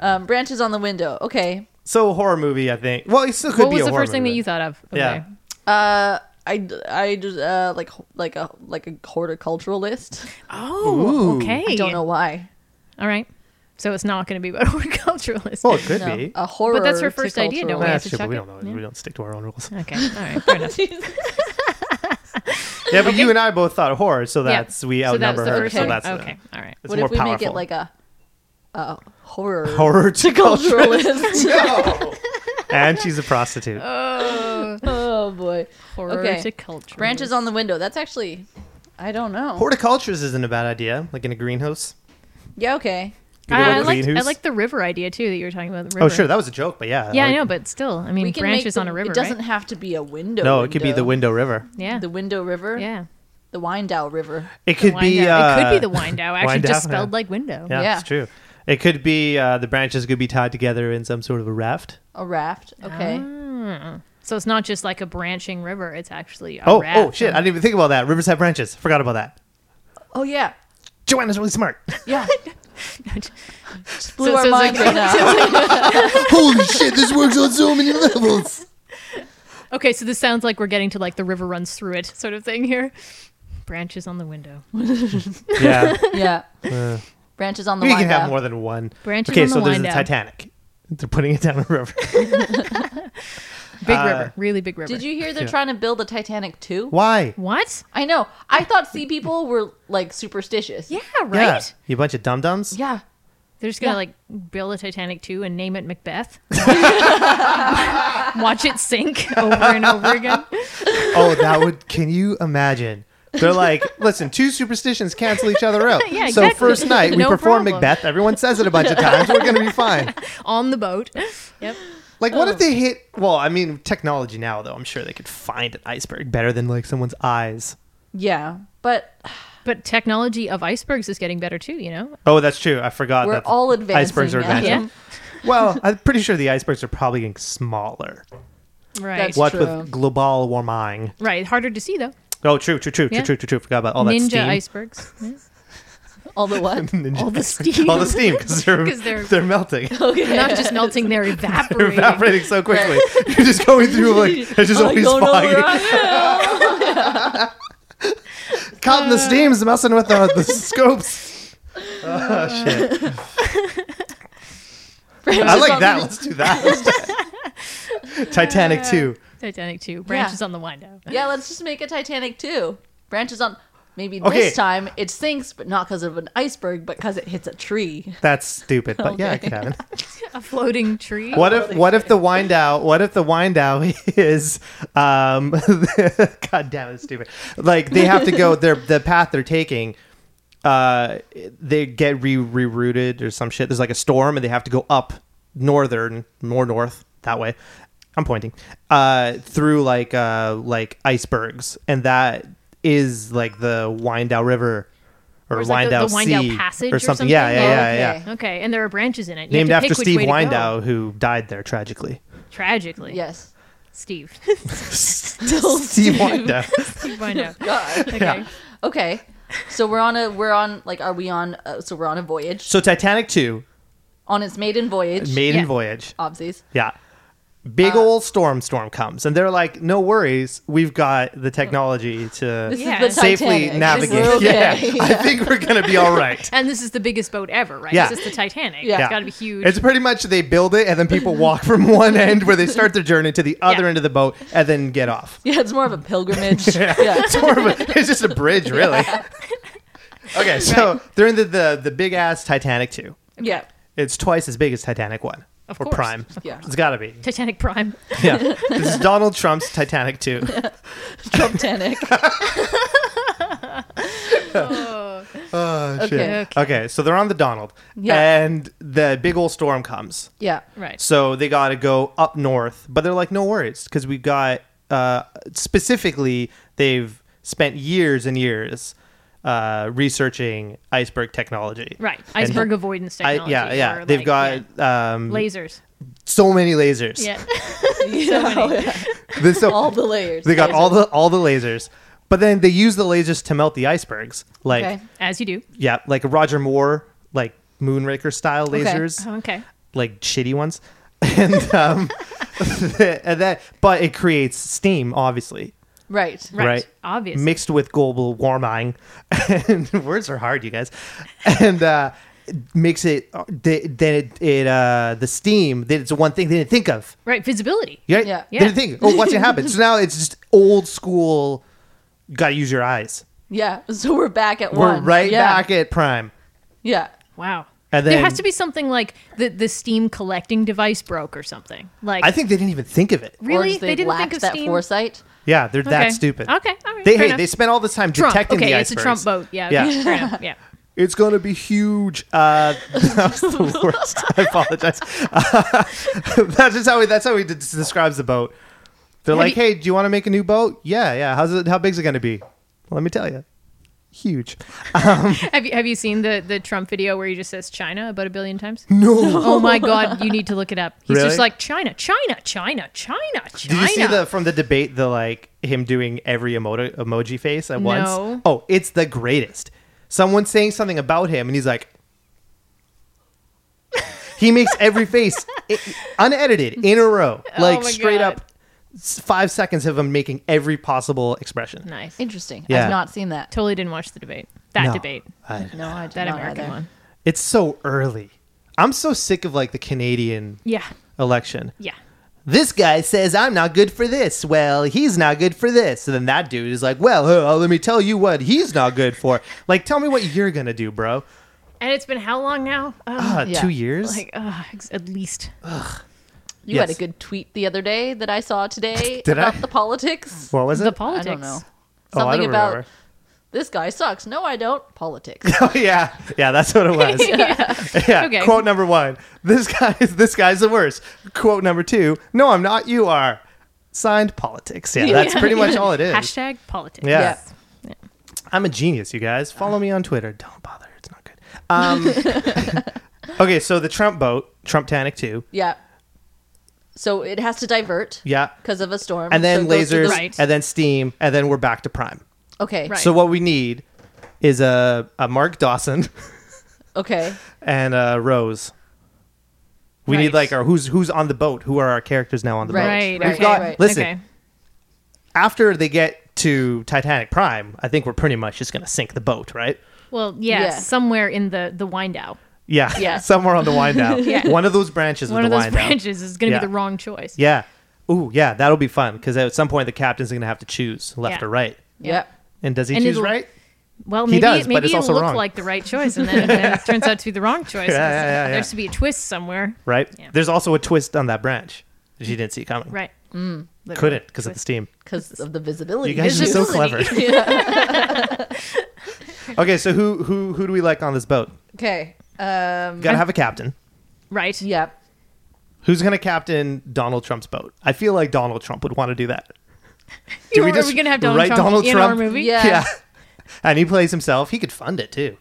S2: Um, branches on the window. Okay.
S1: So a horror movie, I think. Well, it still could
S3: What
S1: be
S3: was
S1: a
S3: the
S1: horror
S3: first thing that
S1: movie.
S3: you thought of? Okay.
S1: Yeah.
S2: Uh, I, I just uh, like like a like a horticulturalist.
S3: Oh,
S1: Ooh.
S3: okay.
S2: I don't know why.
S3: All right. So it's not going to be about horticulturalists.
S1: Well, it could
S2: No,
S1: be.
S2: a horror.
S3: that's her first idea, don't
S1: Nah,
S3: we Oh, have
S1: it's
S3: to
S1: true, but
S3: check
S1: we
S3: it?
S1: don't know. We don't stick to our own rules.
S3: Okay. All right. Fair enough.
S1: Yeah, but you and I both thought horror, so
S3: Yeah.
S1: that's we
S3: so that
S1: outnumber
S3: was the
S1: her.
S3: first
S1: So
S3: one.
S1: that's uh,
S3: okay. All right.
S1: It's
S2: What
S1: more
S2: if we
S1: powerful.
S2: make it like a, a horror
S1: horror to culture?
S2: horticulturalist?
S1: No. and she's a prostitute.
S2: oh boy.
S3: Horticulture.
S2: Branches on the window. That's actually, I don't know.
S1: Horticultures isn't a bad idea, like in a greenhouse.
S2: Yeah. Okay.
S1: Good
S3: I, I
S1: old
S3: liked, I
S1: greenhouse.
S3: liked the river idea too that you were talking about. The river.
S1: Oh, sure, that was a joke, but yeah.
S3: yeah, I
S1: like-
S3: know, but still, I mean,
S2: We can make
S3: branches
S2: the-
S3: on a river.
S2: It doesn't
S3: Right?
S2: have to be a window.
S1: No, it could be the
S2: window.
S1: Window River.
S3: Yeah.
S2: The window river.
S3: yeah.
S2: The Window River.
S1: It could
S3: Window.
S1: be.
S3: it could be
S1: uh,
S3: the Window. Actually,
S1: Window,
S3: just
S1: yeah.
S3: spelled like window.
S1: Yeah,
S2: Yeah.
S1: it's true. It could be uh, the branches could be tied together in some sort of a raft.
S2: A raft. Okay.
S3: Ah. So it's not just like a branching river. It's actually a
S1: oh,
S3: raft.
S1: oh shit! I didn't even think about that. Rivers have branches. Forgot about that.
S2: Oh yeah.
S1: Joanna's really smart.
S2: Yeah. Just blew
S3: So-
S2: our
S3: so it's
S2: minds right
S3: like-
S2: now.
S1: Holy shit! This works on so many levels.
S3: Okay, so this sounds like we're getting to like the river runs through it sort of thing here. Branches on the window.
S1: Yeah,
S2: yeah. Branches on the
S1: you Uh. can have
S2: window.
S1: more than one.
S3: Branches
S1: okay,
S3: on the
S1: so there's the
S3: window.
S1: Titanic. They're putting it down a river.
S3: Big
S1: Uh,
S3: river, really big river.
S2: Did you hear they're
S1: Yeah.
S2: trying to build a Titanic too?
S1: Why?
S3: What?
S2: I know. I thought sea people were like superstitious.
S3: Yeah, right.
S1: Yeah, you bunch of dum dums.
S2: Yeah.
S3: They're just gonna
S2: Yeah.
S3: like build a Titanic two and name it Macbeth. Watch it sink over and over again.
S1: Oh, that would. Can you imagine? They're like, listen, two superstitions cancel each other out.
S3: Yeah,
S1: so
S3: exactly.
S1: first night we
S3: No
S1: perform
S3: problem.
S1: Macbeth. Everyone says it a bunch of times. We're gonna be fine.
S3: On the boat. Yep.
S1: Like, what
S3: Oh.
S1: if they hit? Well, I mean, technology now though, I'm sure they could find an iceberg better than like someone's eyes.
S2: Yeah. But
S3: But technology of icebergs is getting better too, you know?
S1: Oh, that's true. I forgot.
S2: We're
S1: that the
S2: all advancing
S1: Icebergs are
S2: now.
S1: advancing.
S3: Yeah.
S1: Well, I'm pretty sure the icebergs are probably getting smaller.
S3: Right.
S2: That's-
S1: What
S2: True.
S1: with global warming?
S3: right. Harder to see though.
S1: Oh, true, true, true,
S3: Yeah.
S1: true, true, true, true. Forgot about all that
S3: Ninja
S1: steam.
S3: icebergs. Yeah.
S2: all the what?
S1: Ninja
S3: All the
S1: iceberg.
S3: steam.
S1: All the steam because they're,
S3: 'Cause they're-
S1: they're melting.
S2: Okay.
S3: Not just melting, they're
S1: They're
S3: evaporating.
S1: evaporating so quickly. You're just going through like it's just
S2: Oh, I
S1: always
S2: don't know
S1: foggy.
S2: where I am.
S1: Caught
S2: Uh,
S1: in the steams, messing with the, the scopes.
S2: Uh,
S1: Oh shit! I
S2: Branches
S1: like
S2: on
S1: that.
S2: the-
S1: Let's do that. Let's do it. Titanic two.
S3: Titanic two. Branches on the window.
S2: Yeah, let's just make a Titanic too. Branches on Maybe
S1: Okay.
S2: this time it sinks, but not because of an iceberg, but because it hits a tree.
S1: That's stupid, but yeah, it can happen.
S3: a floating tree.
S1: What if what if the wind out? What if the wind out is? Um, God damn, it's stupid. Like they have to go their the path they're taking. Uh, they get re rerouted or some shit. There's like a storm and they have to go up northern, more north that way. I'm pointing uh, through like uh, like icebergs, and that is like the Windau River or,
S3: Or is that
S1: Windau
S3: the- the Windau
S1: Sea
S3: Passage
S1: or
S3: or
S1: something.
S3: something?
S1: Yeah, yeah,
S3: Oh,
S1: yeah,
S2: okay.
S1: yeah.
S3: Okay, and there are branches in it. You
S1: Named
S3: have to
S1: after
S3: pick which
S1: Steve
S3: way to go.
S1: Windau, who died there tragically.
S3: Tragically,
S2: Yes.
S3: Steve.
S1: Still Steve Wanda.
S3: Steve Windau.
S2: God.
S3: Okay.
S1: Yeah.
S2: okay. So we're on a we're on like are we on uh, so we're on a voyage
S1: So Titanic 2,
S2: on its maiden voyage.
S1: maiden
S3: Yeah.
S1: voyage.
S2: Obsies.
S1: Yeah. Big old storm storm comes and they're like, "No worries, we've got the technology to
S2: This
S3: Yeah.
S2: is the
S1: safely
S2: Titanic.
S1: navigate."
S2: We're okay.
S1: Yeah. I think we're going to be all right.
S3: And this is the biggest boat ever, right?
S1: Yeah.
S3: This is the Titanic.
S2: Yeah.
S3: It's got to be huge.
S1: It's pretty much they build it and then people walk from one end where they start their journey to the other
S3: Yeah.
S1: end of the boat and then get off.
S2: Yeah, it's more of a pilgrimage. yeah.
S1: It's more of a, it's just a bridge, really. Okay, so they're in the the, the big ass Titanic 2.
S2: Yeah.
S1: It's twice as big as Titanic One
S3: Of
S1: or
S3: course.
S1: Prime.
S2: Yeah.
S1: It's got to be.
S3: Titanic Prime.
S1: Yeah, this is Donald Trump's Titanic Two.
S2: Titanic.
S1: Oh shit.
S2: Okay.
S1: Okay. so they're on the Donald,
S2: Yeah.
S1: and the big old storm comes.
S2: Yeah.
S3: Right.
S1: So they got to go up north, but they're like, no worries, because we got uh, specifically they've spent years and years uh, researching iceberg technology.
S3: Right.
S1: And-
S3: Iceberg avoidance
S1: I-
S3: technology.
S1: yeah, yeah.
S3: or,
S1: They've
S3: like,
S1: got
S3: yeah,
S1: Um,
S3: lasers.
S1: so many lasers.
S3: Yeah.
S2: Yeah.
S1: This- so-
S2: All the layers.
S1: They got all the all the lasers, but then they use the lasers to melt the icebergs. Like
S2: Okay.
S3: As you do.
S1: yeah, like Roger Moore, like Moonraker style
S2: Okay.
S1: lasers,
S3: Oh, okay.
S1: like shitty ones, and um, and that. But it creates steam, obviously,
S2: Right.
S3: Right.
S1: Right.
S3: Obviously.
S1: mixed with global warming. and words are hard, you guys, and. uh makes it th- then it, it uh the steam that it's one thing they didn't think of
S3: right. Visibility.
S1: yeah,
S2: Yeah.
S1: they didn't think oh what's gonna happen so now it's just old school gotta use your eyes
S2: Yeah. So we're back at
S1: We're
S2: one.
S1: right
S2: yeah.
S1: back at Prime.
S2: Yeah.
S3: Wow.
S1: And
S3: there
S1: then-
S3: has to be something like the the steam collecting device broke or something. Like
S1: I think they didn't even think of it.
S2: Or
S3: really
S2: just
S3: they,
S2: they,
S3: didn't
S2: lacked
S3: think of
S2: that
S3: steam.
S2: foresight.
S1: Yeah, they're
S3: Okay.
S1: that stupid.
S3: Okay. All right.
S1: They
S3: fair
S1: hey,
S3: enough.
S1: they spent all this time
S3: Trump.
S1: detecting
S3: okay,
S1: the
S3: it's
S1: icebergs.
S3: a Trump boat. Yeah.
S1: Yeah.
S3: okay, fair enough, yeah.
S1: It's gonna be huge. Uh, that was the worst. I apologize. Uh, that's just how he. That's how he d- describes the boat. They're
S3: Have
S1: like,
S3: you-
S1: hey, do you want to make a new boat? Yeah, yeah. How's it? How big's it gonna be? Let me tell you, huge.
S3: Have you have you seen the the Trump video where he just says China about a billion times?
S1: No.
S3: Oh my God! You need to look it up. He's
S1: Really?
S3: just like China, China, China, China, China.
S1: Did you see the from the debate the like him doing every emoji emoji face at
S3: No.
S1: once? Oh, it's the greatest. Someone's saying something about him and he's like He makes every face i unedited in a row. Like
S3: Oh my
S1: straight
S3: God.
S1: up s- 5 seconds of him making every possible expression.
S3: Nice.
S2: Interesting.
S1: Yeah.
S2: I've not seen that.
S3: Totally didn't watch the debate. That
S1: No.
S3: debate.
S1: I-
S2: No, I did
S3: That
S2: not
S3: American
S2: either.
S3: one.
S1: it's so early. I'm so sick of like the Canadian
S3: Yeah.
S1: election.
S3: Yeah.
S1: this guy says I'm not good for this. Well, he's not good for this. So then that dude is like, well, uh, let me tell you what he's not good for. Like, tell me what you're gonna do, bro.
S3: And it's been how long now? Uh,
S1: Uh,
S2: Yeah.
S1: Two years.
S3: like uh, ex- at least.
S2: You
S1: Yes.
S2: had a good tweet the other day that I saw today
S1: Did I?
S2: about the politics.
S1: what was
S3: The
S1: it?
S3: politics.
S2: I don't know.
S1: oh, I
S2: Something
S1: don't
S2: about
S1: remember.
S2: this guy sucks. No, I don't. Politics.
S1: Oh yeah, yeah, that's what it was. yeah.
S3: Okay.
S1: Quote number one: This guy is this guy's the worst. Quote number two: No, I'm not. You are. Signed politics. Yeah, that's pretty much all it is.
S3: Hashtag politics.
S1: Yeah.
S2: Yeah.
S1: I'm a genius, you guys. Follow me on Twitter. Don't bother. It's not good. Um, okay, so the Trump boat, Trump Tanic 2.
S2: yeah. So it has to divert.
S1: Yeah.
S2: Because of a storm.
S1: and then
S2: So it goes to
S1: lasers,
S2: the-
S3: Right.
S1: and then steam, and then we're back to prime.
S2: Okay.
S3: Right.
S1: So what we need is a, a Mark Dawson
S2: Okay.
S1: and a Rose. We need
S3: Right.
S1: like our who's who's on the boat. Who are our characters now on the boat?
S3: Right.
S2: Right,
S3: right,
S2: we've
S3: right,
S1: got-
S3: right.
S1: listen.
S3: Okay.
S1: After they get to Titanic Prime, I think we're pretty much just gonna sink the boat, right?
S3: Well, yeah,
S2: Yeah.
S3: somewhere in the the wind out.
S1: Yeah,
S2: Yeah.
S1: somewhere on the wind down. One of those branches
S3: One
S1: of
S3: of
S1: the
S3: those
S1: wind down.
S3: branches is going to
S1: Yeah.
S3: be the wrong choice.
S1: Yeah. Ooh, yeah, that'll be fun because at some point the captain's gonna have to choose left
S3: Yeah.
S1: or right.
S2: Yep.
S1: And does he
S3: And
S1: choose
S3: it'll-
S1: right?
S3: Well,
S1: He
S3: maybe
S1: does, but
S3: maybe
S1: it's
S3: it
S1: also
S3: looked
S1: wrong.
S3: like the right choice, and then, then it turns out to be the wrong choice.
S1: Yeah, yeah, yeah, yeah.
S3: There has to be a twist somewhere,
S1: right?
S3: Yeah. Mm.
S1: There's also a twist on that branch that you didn't see coming.
S3: right? Literally.
S1: Couldn't because of the steam.
S2: because of the visibility.
S1: You guys are so clever.
S2: Yeah.
S1: Okay, so who who who do we like on this boat?
S2: Okay. Um,
S1: Got to have a captain.
S3: right?
S2: yeah.
S1: Who's gonna captain Donald Trump's boat? I feel like Donald Trump would want to do that. Do
S3: Are we gonna have Donald
S1: write
S3: Trump in our movie?
S2: Yeah.
S1: Yeah, and he plays himself. He could fund it too.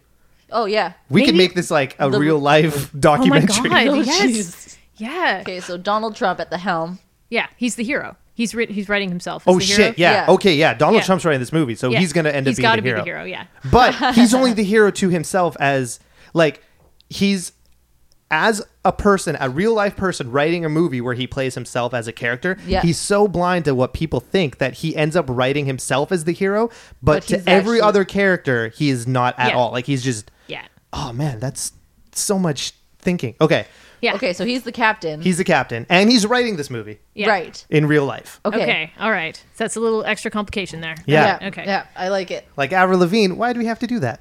S2: Oh yeah.
S1: We could
S3: Maybe
S1: make this like a
S2: the-
S1: real life
S3: Oh my
S1: documentary.
S3: god!
S2: Oh,
S3: yes.
S2: jeez.
S3: Yeah.
S2: Okay, so Donald Trump at the helm.
S3: Yeah. He's the hero. He's writ he's writing himself. As
S1: Oh
S3: the hero.
S1: shit! Yeah.
S2: Yeah.
S1: Okay. Yeah. Donald
S3: Yeah.
S1: Trump's writing this movie, so
S3: Yeah.
S1: he's gonna end up
S3: He's
S1: being
S3: gotta
S1: the hero.
S3: be the hero. Yeah.
S1: But he's only the hero to himself as like he's as a person, a real life person writing a movie where he plays himself as a character.
S2: Yeah.
S1: He's so blind to what people think that he ends up writing himself as the hero, but,
S2: But
S1: to
S2: he's
S1: every
S2: actually-
S1: other character he is not at
S3: Yeah.
S1: all. Like he's just
S3: Yeah.
S1: oh man, that's so much thinking. Okay.
S3: Yeah.
S2: Okay, so he's the captain.
S1: He's the captain and he's writing this movie
S3: Yeah.
S2: right.
S1: in real life.
S2: Okay.
S3: Okay. All right. So that's a little extra complication there.
S1: Yeah.
S2: Yeah.
S3: Okay.
S2: Yeah, I like it.
S1: Like Avril Lavigne, why do we have to do that?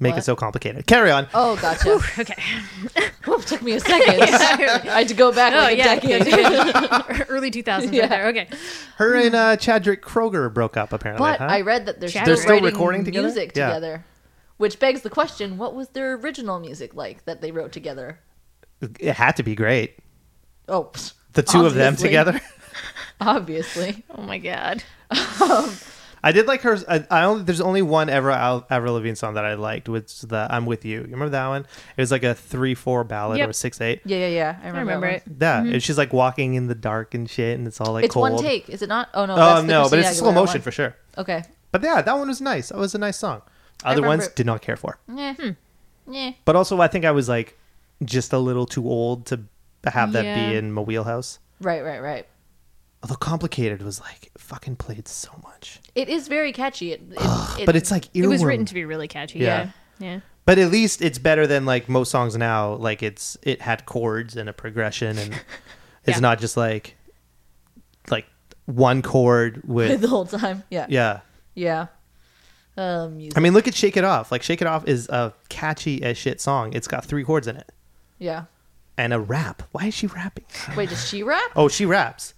S1: Make it
S2: What?
S1: so complicated. Carry on.
S2: Oh, gotcha.
S3: Okay.
S2: Whoop, took me a second. I had to go back
S3: Oh
S2: like a
S3: yeah.
S2: decade.
S3: yeah. Early 2000s.
S2: Yeah.
S3: Right there. Okay.
S1: Her and uh, Chadwick Kroger broke up apparently.
S2: But
S1: huh?
S2: Hmm. I read that they're,
S3: They're
S1: Uh-huh. They're still
S2: writing
S1: recording together.
S2: music
S1: Yeah.
S2: together, which begs the question: What was their original music like that they wrote together?
S1: It had to be great.
S2: Oh, pfft,
S1: The two of them
S2: Obviously.
S1: together.
S2: obviously.
S3: Oh my god.
S1: I did like her. I, I only there's only one Avril Al- Avril Lavigne song that I liked, which the "I'm with You." You remember that one? It was like a three four ballad
S3: Yep.
S1: or six eight.
S2: Yeah, yeah, yeah. I remember,
S3: I remember
S2: that
S3: it.
S2: one.
S1: Yeah, and she's like walking in the dark and shit, and it's all like
S2: Mm-hmm. It's
S1: cold.
S2: one take, is it not? Oh no,
S1: Oh
S2: that's the
S1: no, but it's
S2: Christina
S1: slow
S2: Aguilera
S1: motion
S2: one.
S1: for sure.
S2: Okay.
S1: But yeah, that one was nice. That was a nice song. Other
S2: remember
S1: ones
S2: it.
S1: did not care for.
S2: Yeah. Yeah.
S1: But also, I think I was like just a little too old to have that be
S3: Yeah.
S1: in my wheelhouse.
S2: Right, right, right.
S1: Although complicated was like fucking played so much.
S2: It is very catchy. It, it, it-
S1: but it's like earworm.
S3: It was written to be really catchy.
S1: Yeah.
S3: Yeah. Yeah.
S1: But at least it's better than like most songs now. Like it's it had chords and a progression, and it's
S3: Yeah.
S1: not just like like one chord with
S2: the whole time. Yeah.
S1: yeah.
S2: Yeah. Um, music.
S1: I mean, look at "Shake It Off." Like "Shake It Off" is a catchy as shit song. It's got three chords in it
S2: yeah.
S1: and a rap. Why is she rapping?
S2: Wait, does she rap?
S1: Oh, she raps.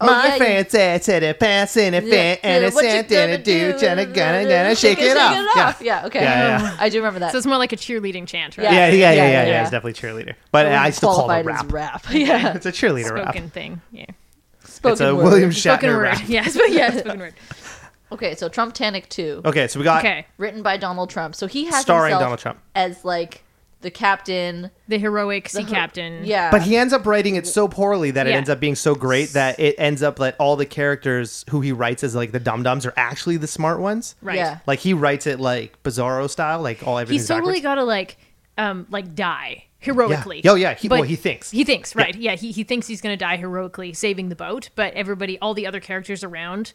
S2: Oh,
S1: My
S2: yeah, you-
S1: friend said to the pants in a fan and it's
S2: what you
S1: something to do, gonna, gonna, gonna shake it off. Yeah.
S2: Yeah. okay.
S1: Yeah, yeah.
S2: I do remember that.
S3: So it's more like a cheerleading chant, right?
S2: Yeah.
S1: Yeah, yeah, yeah, yeah,
S2: Yeah, yeah,
S1: yeah.
S2: yeah.
S1: It's definitely cheerleader, but I still call it
S2: qualified
S1: a rap.
S2: as rap. Yeah.
S1: It's a cheerleader rap.
S3: Spoken thing. Yeah.
S2: Spoken
S1: It's a
S2: word.
S1: William Shatner
S3: Spoken word.
S1: rap.
S3: Yeah. Sp- yeah. Spoken word.
S2: Okay, so Trump Tanic 2,
S1: Okay, so we got
S3: Okay.
S2: written by Donald Trump. So he has
S1: Starring
S2: himself
S1: Donald Trump.
S2: as like the captain.
S3: The heroic sea
S2: the-
S3: captain.
S2: Yeah.
S1: Mm-hmm. But he ends up writing it so poorly that it
S3: Yeah.
S1: ends up being so great that it ends up that all the characters who he writes as like the dum dums are actually the smart ones.
S3: Right.
S2: Yeah.
S1: Like he writes it like Bizarro style, like all everything's
S3: He's totally
S1: backwards.
S3: got to like, um, like die heroically.
S1: Yeah. Oh, yeah. He-
S3: But
S1: well, he thinks.
S3: He thinks, right? Yeah. he he thinks he's gonna die heroically, saving the boat. But everybody, all the other characters around,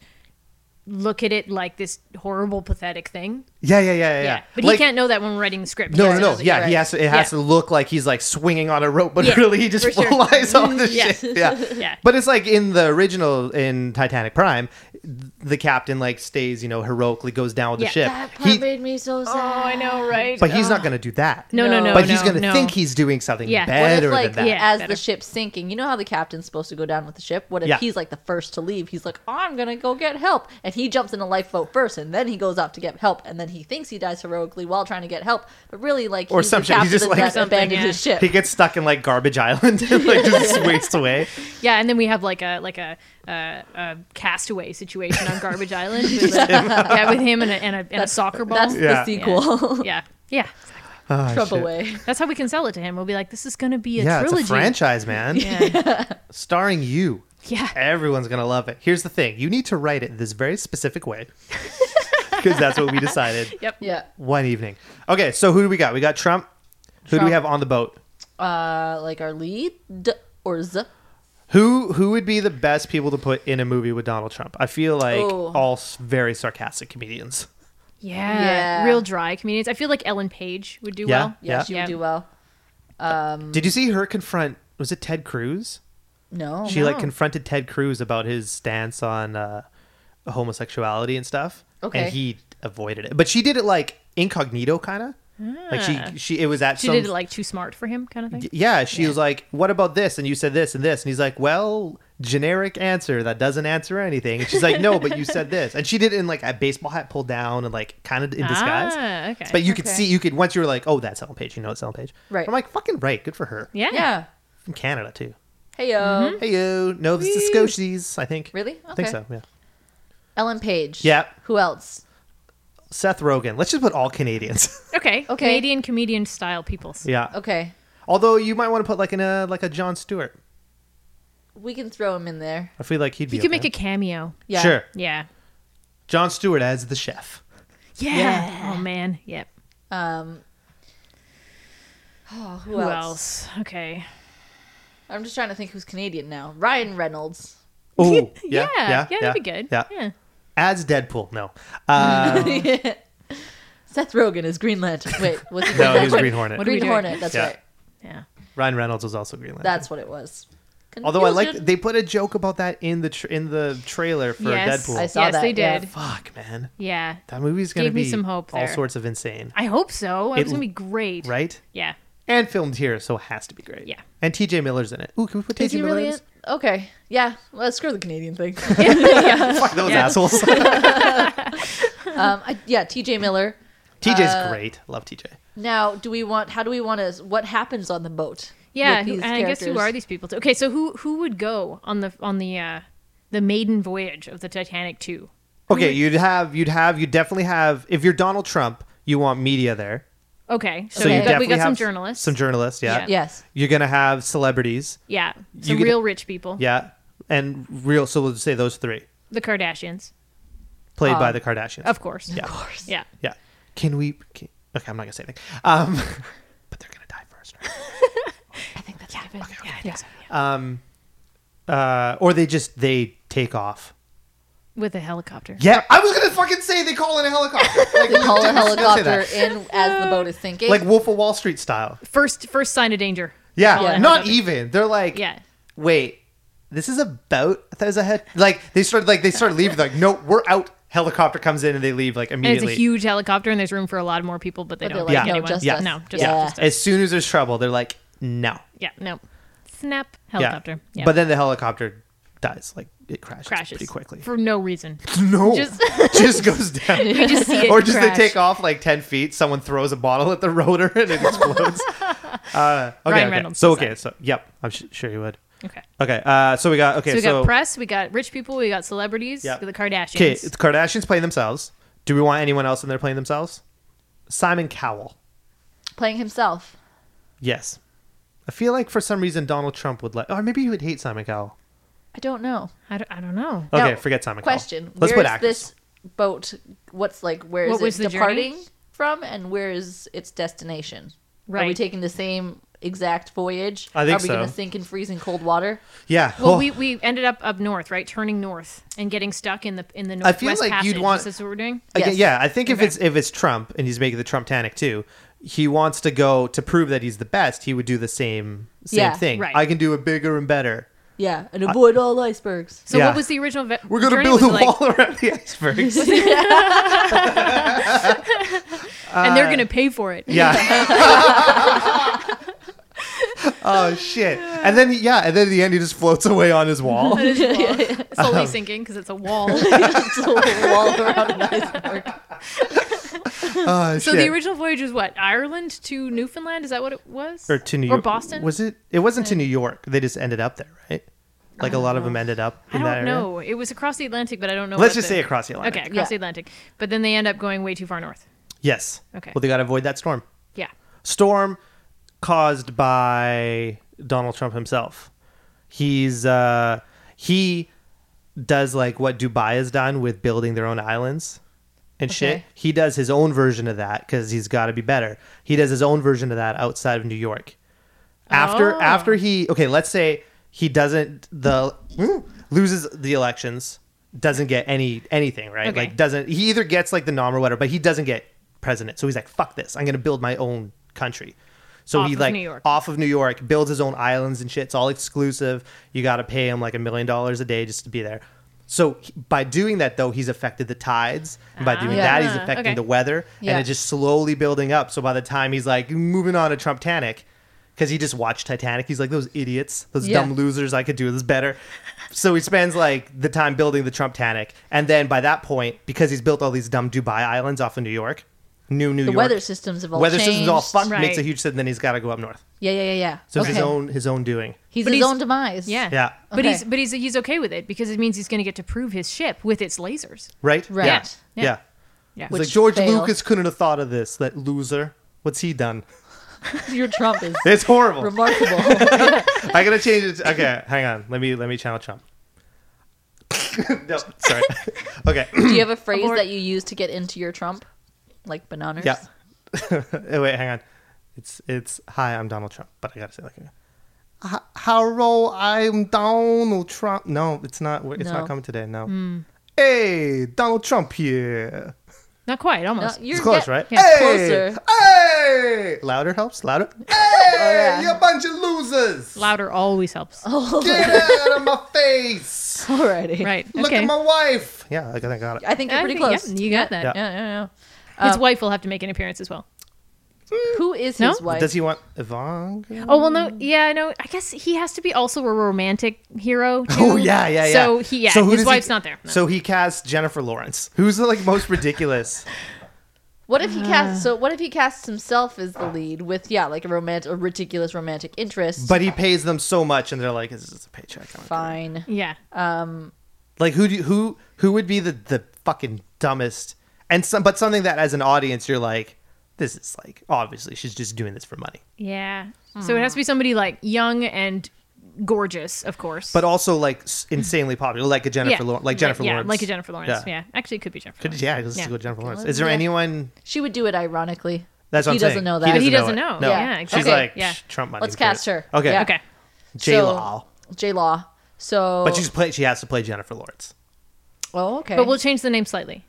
S3: look at it like this horrible, pathetic thing.
S1: yeah, yeah, yeah, yeah.
S3: Yeah.
S1: yeah.
S3: But
S1: Like-
S3: he can't know that when we're writing the script.
S1: No,
S3: Yeah.
S1: no, no.
S2: doesn't-
S1: Yeah,
S2: you're
S1: he
S2: right.
S1: has to. It has to
S3: Yeah.
S1: look like he's like swinging on a rope, but
S3: Yeah,
S1: really he just
S3: for sure.
S1: flies on the
S3: Yeah.
S1: shit. Yeah.
S3: Yeah.
S1: But it's like in the original in Titanic Prime, the captain like stays, you know, heroically goes down with
S3: Yeah.
S1: the ship.
S2: that part
S1: He,
S2: made me so sad.
S3: Oh, I know, right?
S1: but he's not going to do that.
S3: No, no, no.
S1: But he's
S3: no,
S1: going to
S3: no.
S1: think he's doing something
S3: Yeah. What if,
S2: What
S1: better
S2: if, like,
S1: than that.
S3: Yeah,
S2: as
S3: better.
S2: the ship's sinking, you know how the captain's supposed to go down with the ship? What if
S1: Yeah.
S2: he's like the first to leave? He's like, I'm going to go get help. And he jumps in a lifeboat first, and then he goes off to get help. And then he thinks he dies heroically while trying to get help. But really, like,
S1: Or
S2: he's
S1: some
S2: the
S1: shit. He's
S2: captain
S1: just, like-
S2: that
S3: Something,
S2: abandoned
S3: yeah.
S2: his ship.
S1: He gets stuck in like garbage island and like just wastes away.
S3: Yeah, and then we have like a like a uh, a castaway situation on Garbage Island. With yeah, with him and a, and a, and a soccer ball.
S2: That's
S1: Yeah.
S2: the sequel.
S3: yeah, yeah.
S1: Oh,
S2: Trump
S1: shit.
S2: away.
S3: That's how we can sell it to him. We'll be like, this is going to be a
S1: Yeah,
S3: trilogy.
S1: it's a franchise, man.
S3: Yeah.
S1: Starring you.
S3: yeah.
S1: Everyone's going to love it. Here's the thing you need to write it this very specific way because that's what we decided
S3: Yep.
S2: Yeah.
S1: one evening. Okay, so who do we got? We got Trump. Who do we
S2: Trump.
S1: have on the boat?
S2: Uh, like our lead or z.
S1: Who who would be the best people to put in a movie with Donald Trump? I feel like
S2: Ooh.
S1: all s- very sarcastic comedians.
S3: yeah.
S2: Yeah.
S3: Real dry comedians. I feel like Ellen Page would do
S1: Yeah.
S3: well.
S2: Yeah,
S1: Yeah.
S2: she
S3: Yeah.
S2: would do well.
S1: Did you see her confront? Was it Ted Cruz?
S2: No.
S1: She like
S3: no.
S1: confronted Ted Cruz about his stance on uh, homosexuality and stuff.
S2: Okay.
S1: And he avoided it. But she did it like incognito, kind of. Like
S3: Ah.
S1: she she it was at
S3: She
S1: some
S3: did it like too smart for him, kind of thing.
S1: yeah, she was like, "What about this?" And you said this and this, and he's like, "Well, generic answer that doesn't answer anything." And she's like, "No, but you said this," and she did it in like a baseball hat pulled down and like kind of in disguise.
S3: Ah, okay.
S1: But you could
S2: Okay.
S1: see, you could once you were like, "Oh, that's Ellen Page," you know it's Ellen Page,
S2: Right.
S1: I'm like, "Fucking right, good for her."
S3: yeah.
S2: Yeah.
S1: From Canada too.
S2: Hey yo.
S3: Mm-hmm.
S1: Hey yo, Nova Scotians, I think.
S2: Really?
S1: I think
S2: Okay.
S1: so. Yeah.
S2: Ellen Page.
S1: Yeah.
S2: Who else?
S1: Seth Rogen. Let's just put all Canadians.
S3: Okay.
S2: Okay.
S3: Canadian comedian style peoples.
S1: yeah.
S2: Okay.
S1: Although you might want to put like an uh, like a John Stewart.
S2: We can throw him in there.
S1: I feel like he'd be.
S3: He could
S1: okay.
S3: make a cameo.
S2: Yeah.
S1: Sure.
S3: Yeah.
S1: John Stewart as the chef.
S3: Yeah.
S2: Yeah.
S3: Oh man. Yep.
S2: Um. Oh, who,
S3: Who
S2: else?
S3: else? Okay.
S2: I'm just trying to think who's Canadian now. Ryan Reynolds.
S1: Oh,
S3: Yeah. Yeah. that'd be good.
S1: Yeah.
S3: Yeah.
S1: As Deadpool, no. Uh,
S2: Seth Rogen is Green Lantern. Wait, what's he
S1: no,
S2: called?
S1: he was Green Hornet.
S3: What are we
S2: Green
S3: doing?
S2: Hornet. That's
S1: Yeah.
S2: right.
S3: Yeah.
S1: Ryan Reynolds was also Green Lantern.
S2: That's what it was.
S1: Although I like
S2: Confusion.
S1: they put a joke about that in the tra- in the trailer for
S3: yes.
S1: Deadpool.
S2: I saw
S3: yes,
S2: that,
S3: they
S2: yeah.
S3: did.
S1: Fuck, man,
S3: Yeah.
S1: that movie's gonna
S3: Gave me
S1: be
S3: some hope
S1: all
S3: there.
S1: sorts of insane,
S3: I hope so. It's
S1: It-
S3: gonna be great.
S1: right?
S3: Yeah.
S1: And filmed here, so it has to be great.
S3: Yeah.
S1: And T.J. Miller's in it. Ooh, can we put
S2: Is
S1: T.J.
S2: he
S1: Miller?
S2: really?
S1: in
S2: In?
S1: this?
S2: Okay. Yeah. Let's screw the Canadian thing.
S1: Fuck those
S3: Yeah. Uh,
S1: assholes.
S2: um. I, yeah. T.J. Miller.
S1: T.J.'s great. Love T.J.
S2: Now, do we want? How do we want to? What happens on the boat?
S3: Yeah.
S2: with
S3: who-
S2: these
S3: and I guess who
S2: characters?
S3: are these people? Too? Okay. So who who would go on the on the uh the maiden voyage of the Titanic two?
S1: Okay, you'd have you'd have you definitely have if you're Donald Trump, you want media there.
S3: Okay. So,
S1: So you
S3: we, got,
S1: definitely
S3: we got some
S1: have
S3: journalists.
S1: Some journalists, yeah.
S3: Yeah.
S2: Yes.
S1: You're gonna have celebrities,
S3: yeah.
S1: You
S3: Some
S1: get-
S3: real rich people.
S1: yeah, and real. So we'll just say those three,
S3: The Kardashians,
S1: played
S2: Um,
S1: by the Kardashians.
S3: of course.
S1: Yeah.
S2: Of course.
S3: Yeah.
S1: Yeah. Can we? Can, okay, I'm not gonna say anything. Um, but they're gonna die first. right?
S2: I think that's yeah.
S3: Yeah.
S1: Um, uh, or they just they take off.
S3: With a helicopter.
S1: Yeah, I was gonna fucking say they call in a helicopter. Like,
S2: They call a
S1: I was gonna say
S2: helicopter
S1: that.
S2: in as the boat is sinking.
S1: Like Wolf of Wall Street style.
S3: First first sign of danger.
S1: Yeah,
S2: Call in a
S1: not e-
S3: helicopter.
S1: even. They're like,
S3: Yeah.
S1: wait, this is a boat. I thought it was a head. Like they started like they started leaving. Like no, we're out. Helicopter comes in and they leave like
S3: And it's
S1: immediately.
S3: a huge helicopter, and there's room for a lot more people, but they
S2: But
S3: don't
S1: like,
S2: they're
S3: take
S1: no,
S3: anyone.
S2: just
S1: Yeah.
S2: us.
S3: No, just,
S2: Yeah.
S3: just us.
S1: as soon as there's trouble, they're like, no.
S3: Yeah, no. Snap,
S1: Yeah.
S3: helicopter. Yeah.
S1: But then the helicopter dies. Like it crashes,
S3: crashes
S1: pretty quickly.
S3: For no reason.
S1: no. Just,
S3: just-
S1: goes down.
S3: just see it
S1: or just
S3: crash.
S1: they take off like 10 feet, someone throws a bottle at the rotor and it explodes. uh, okay,
S3: Ryan
S1: okay.
S3: Reynolds
S1: So,
S3: does
S1: okay.
S3: that.
S1: So, yep. I'm sh- sure you would.
S3: Okay.
S1: Okay. Uh, so we got, okay.
S3: So
S1: So,
S3: we got press, we got rich people, we got celebrities,
S1: Yeah.
S3: the Kardashians.
S1: okay. It's Kardashians playing themselves. Do we want anyone else in there playing themselves? Simon Cowell.
S2: playing himself.
S1: Yes. I feel like for some reason Donald Trump would like, or maybe he would hate Simon Cowell.
S2: I don't know.
S3: I, don't, I don't know.
S1: Okay,
S2: Now,
S1: forget Simon Cowell.
S2: Question:
S1: Let's
S2: Where
S1: put
S2: is
S1: actors.
S2: this boat? What's like? Where is
S3: What
S2: it
S3: was the journey?
S2: departing from, and where is its destination? Are we
S3: Right.
S2: taking the same exact voyage?
S1: I think
S2: Are we
S1: so.
S2: going to sink in freezing cold water?
S1: Yeah.
S3: Well,
S1: Oh.
S3: we, we ended up up north, right? Turning north and getting stuck in the in the
S1: I
S3: northwest
S1: feel like
S3: passage.
S1: you'd want-
S3: Is this what we're doing?
S1: Again,
S2: Yes.
S1: yeah, I think if
S3: Okay.
S1: it's if it's Trump and he's making the Trump Tanic too, he wants to go to prove that he's the best. He would do the same same
S2: Yeah,
S1: thing.
S3: right.
S1: I can do it bigger and better.
S2: Yeah, and avoid all icebergs.
S3: So
S1: Yeah.
S3: what was the original? Ve-
S1: We're gonna
S3: journey?
S1: build
S3: Was
S1: a
S3: it like-
S1: wall around the icebergs.
S3: and they're gonna pay for it.
S1: Uh, yeah. oh shit! And then yeah, and then at the end he just floats away on his wall.
S3: slowly sinking because it's a wall.
S2: It's a wall around an iceberg.
S1: Oh,
S3: So
S1: shit.
S3: the original voyage was what Ireland to Newfoundland? Is that what it was?
S1: or to New
S3: or
S1: York
S3: Boston?
S1: was it? It wasn't to New York. They just ended up there, right? Like a lot of them ended up.
S3: I
S1: in that
S3: don't
S1: area.
S3: know. It was across the Atlantic, but I don't know.
S1: Let's
S3: what
S1: just
S3: the-
S1: say across the Atlantic.
S3: Okay, across
S2: Yeah.
S3: the Atlantic, but then they end up going way too far north.
S1: Yes.
S3: Okay.
S1: Well, they gotta avoid that storm.
S3: Yeah.
S1: storm caused by Donald Trump himself. He's uh he does like what Dubai has done with building their own islands and shit.
S3: Okay.
S1: He does his own version of that cuz he's got to be better. He does his own version of that outside of New York. After
S3: Oh.
S1: after he okay, let's say he doesn't the hmm, loses the elections, doesn't get any anything, right?
S3: Okay.
S1: Like doesn't he either gets like the nom or whatever, but he doesn't get president. So he's like, fuck this. I'm gonna build my own country. So
S3: Off
S1: he
S3: of
S1: like
S3: New York.
S1: off of New York, builds his own islands and shit. It's all exclusive. You gotta pay him like a million dollars a day just to be there. So he- by doing that, though, he's affected the tides. And by doing
S2: Ah,
S1: that, he's affecting
S3: okay.
S1: the weather,
S2: Yeah.
S1: and it's just slowly building up. So by the time he's like moving on to Trump Titanic, because he just watched Titanic, he's like those idiots, those
S2: Yeah.
S1: dumb losers. I could do this better. So he spends like the time building the Trump Titanic, and then by that point, because he's built all these dumb Dubai islands off of New York, new New
S2: The
S1: York
S2: weather systems have all
S1: weather
S2: changed.
S1: system's all fucked,
S3: Right.
S1: makes a huge sense. Then he's got to go up north.
S2: Yeah, yeah, yeah, yeah.
S1: So it's his
S2: Okay.
S1: own his own doing.
S2: He's
S3: But
S2: his
S3: he's-
S2: own demise.
S3: Yeah.
S1: Yeah.
S3: But
S2: Okay.
S3: he's but he's he's okay with it because it means he's going to get to prove his ship with its lasers.
S1: Right.
S2: Right.
S1: Yeah.
S3: Yeah.
S1: Yeah.
S3: Yeah.
S1: It's
S2: Which
S1: like George
S2: failed.
S1: Lucas couldn't have thought of this. That loser. What's he done?
S2: Your Trump is
S1: It's horrible.
S2: remarkable.
S1: I gotta change it. Okay, hang on. Let me let me channel Trump. no, sorry. okay.
S2: Do you have a phrase
S3: Abort.
S2: that you use to get into your Trump? Like bananas?
S1: yeah. Oh, Wait, hang on. It's it's hi, I'm Donald Trump, but I gotta say like. "H- Hello, I'm Donald Trump. No, it's not. It's
S2: No. Hmm.
S1: not coming today. No. Hey, Donald Trump here.
S3: Not quite,
S2: No,
S3: almost.
S2: Uh, you're
S1: It's close,
S2: get-
S1: right?
S3: Yeah.
S1: Hey!
S2: Closer. Oh,
S1: Hey! Louder helps. Louder. Hey!
S2: yeah.
S1: You bunch of losers!
S3: Louder always helps.
S2: Oh,
S1: Get out of my face!
S2: Alrighty.
S3: Right.
S1: Look
S3: okay.
S1: at my wife! Yeah, I think I got it.
S2: I think you're
S3: I
S2: pretty
S3: think- yeah,
S2: close.
S3: you got that.
S2: Yeah, Uh, yeah, yeah.
S3: His wife will have to make an appearance as well.
S2: Who is
S3: No?
S2: his wife?
S1: Does he want Ivanka?
S3: Oh well, no, yeah, I know. I guess he has to be also a romantic hero. Too.
S1: Oh yeah, yeah, yeah.
S3: So he, yeah,
S1: who
S3: his
S1: does
S3: wife's
S1: he,
S3: not there. No.
S1: So he casts Jennifer Lawrence, who's the like most ridiculous.
S2: What if he
S3: Uh.
S2: casts? So what if he casts himself as the lead with yeah, like a romantic, a ridiculous romantic interest?
S1: but he pays them so much, and they're like, "This is a paycheck." I don't care."
S2: fine.
S3: yeah,
S1: Like who do you, who who would be the the fucking dumbest? And some, but something that as an audience, you're like, "This is like obviously she's just doing this for money."
S3: yeah. So it has to
S2: Hmm.
S3: be somebody like young and gorgeous, of course.
S1: But also like s- insanely popular, like a Jennifer Lawrence, like Jennifer
S3: yeah,
S1: Lawrence,
S3: like a Jennifer Lawrence. Yeah, actually, it could be Jennifer. Lawrence.
S1: Could, yeah, let's just
S3: Yeah.
S1: go Jennifer Lawrence. Is there
S2: Yeah.
S1: anyone?
S2: She would do it ironically.
S1: That's what
S2: he
S1: I'm
S2: doesn't
S1: saying.
S2: know that.
S3: He doesn't
S1: it.
S3: know.
S1: No.
S3: Yeah,
S1: she's
S2: okay.
S1: like
S3: Yeah.
S1: "Shh, Trump money.
S2: Let's
S1: who cares?"
S2: cast her.
S1: Okay,
S2: Yeah.
S3: Okay.
S1: J Law.
S2: J Law. So
S1: But
S3: oh.
S1: she's play. She has to play Jennifer Lawrence.
S2: oh okay.
S3: But we'll change the name slightly.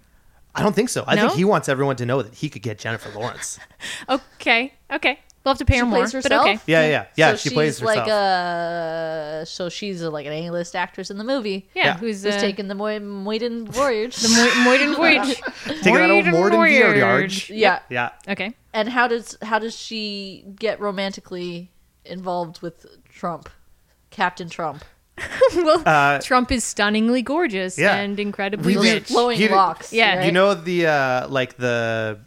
S1: I don't think so. I
S3: No?
S1: think he wants everyone to know that he could get Jennifer Lawrence.
S3: Okay. Okay. We'll have to pay her more.
S2: plays herself?
S3: But okay.
S1: Yeah, yeah, yeah.
S2: so
S1: she
S2: she's
S1: plays herself.
S2: like a so she's a, like an A-list actress in the movie.
S3: Yeah.
S1: Yeah.
S3: Who's,
S2: who's
S3: uh,
S2: taking the Moy- Moyden voyage?
S3: the Mo- Moyden Voyage?
S1: Taking that old Morden
S3: Voyage.
S1: Voyage.
S2: yeah.
S1: yeah,
S3: Okay.
S2: And how does how does she get romantically involved with Trump, Captain Trump?
S3: well,
S1: Uh,
S3: Trump is stunningly gorgeous
S1: yeah.
S3: and incredibly
S1: We- we-
S3: rich.
S2: Flowing
S1: You-
S2: locks.
S3: yeah.
S2: right?
S1: you know the uh, like the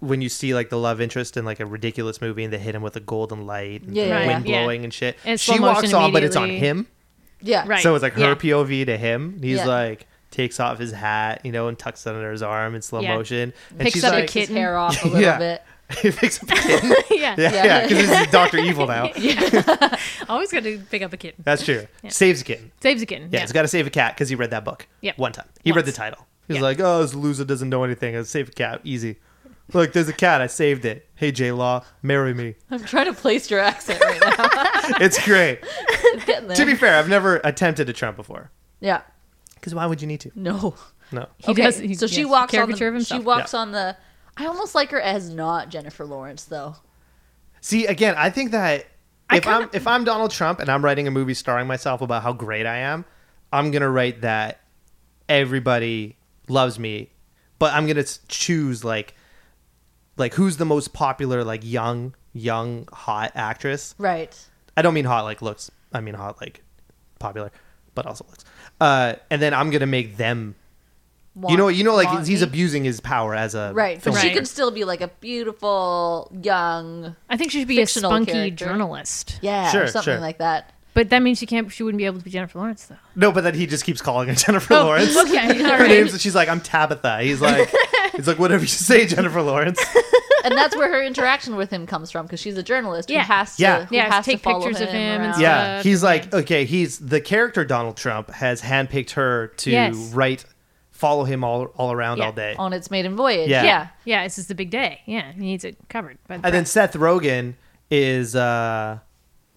S1: when you see like the love interest in like a ridiculous movie and they hit him with a golden light, and
S2: Yeah,
S1: the
S2: yeah,
S1: wind
S3: yeah.
S1: blowing and shit.
S3: And it's
S1: she
S3: slow motion
S1: walks on, but it's on
S3: immediately.
S1: him.
S2: Yeah.
S3: Right.
S1: So it's like
S3: yeah.
S1: her POV to him. and He's
S2: Yeah.
S1: like takes off his hat, you know, and tucks it under his arm in slow
S3: Yeah.
S1: motion, and
S3: Picks
S1: she's
S3: up a
S1: like,
S2: Takes his
S3: kitten.
S2: hair off a little
S1: Yeah.
S2: bit.
S1: he picks up a kitten.
S3: yeah.
S1: Yeah,
S2: Yeah.
S1: yeah, because this is Doctor Evil now.
S3: Always got to pick up a kitten.
S1: That's true. Saves a kitten.
S3: Saves a kitten.
S1: Yeah,
S3: Yeah.
S1: he's got to save a cat because he read that book.
S3: Yep.
S1: One time. He
S3: Once.
S1: read the title. He's
S3: Yeah.
S1: like, oh, this loser doesn't know anything. I save a cat. Easy. Look, there's a cat. I saved it. Hey, J Law, marry me.
S2: I'm trying to place your accent right now.
S1: It's great.
S2: It's getting there.
S1: to be fair, I've never attempted a Trump before.
S2: yeah.
S1: Because why would you need to?
S2: No.
S1: No.
S3: He
S2: okay.
S3: does- he-
S2: so she
S3: yes,
S2: walks on
S3: caricature of
S2: the, she
S3: himself.
S2: walks on the I almost like her as not Jennifer Lawrence though.
S1: See, again, I think that if
S3: kinda-
S1: I'm if I'm Donald Trump and I'm writing a movie starring myself about how great I am, I'm gonna write that everybody loves me, but I'm gonna s- choose like like who's the most popular like young young hot actress.
S2: Right.
S1: I don't mean hot like looks. I mean hot like popular, but also looks. Uh, and then I'm gonna make them. You know, you know, like he's
S2: a
S1: abusing his power as a
S2: Right, but
S1: filmmaker.
S2: she
S3: Right.
S2: can still be like a beautiful young
S3: I think she should be a
S2: Fictional
S3: spunky
S2: character.
S3: journalist.
S2: yeah, or
S1: Sure,
S2: something
S1: sure.
S2: like that.
S3: But that means she can't. She wouldn't be able to be Jennifer Lawrence though.
S1: No, but then he just keeps calling her Jennifer Lawrence.
S3: Okay. All
S1: her
S3: right.
S1: name's she's like i'm tabitha he's like he's like whatever you say jennifer lawrence
S2: and that's where her interaction with him comes from because she's a journalist
S3: Yeah.
S2: who has to
S1: Yeah.
S2: who
S3: Yeah,
S2: has
S3: take
S2: to follow
S3: pictures of him and
S2: around.
S3: stuff.
S1: yeah
S3: Uh,
S1: he's like okay he's the character donald trump has handpicked her to
S3: Yes.
S1: write follow him all all around
S3: Yeah.
S1: all day
S2: on its maiden voyage. Yeah,
S1: Yeah.
S2: yeah,
S3: Yeah. This is the big day. Yeah. He needs it covered. By the
S1: and then
S3: press.
S1: seth rogen is uh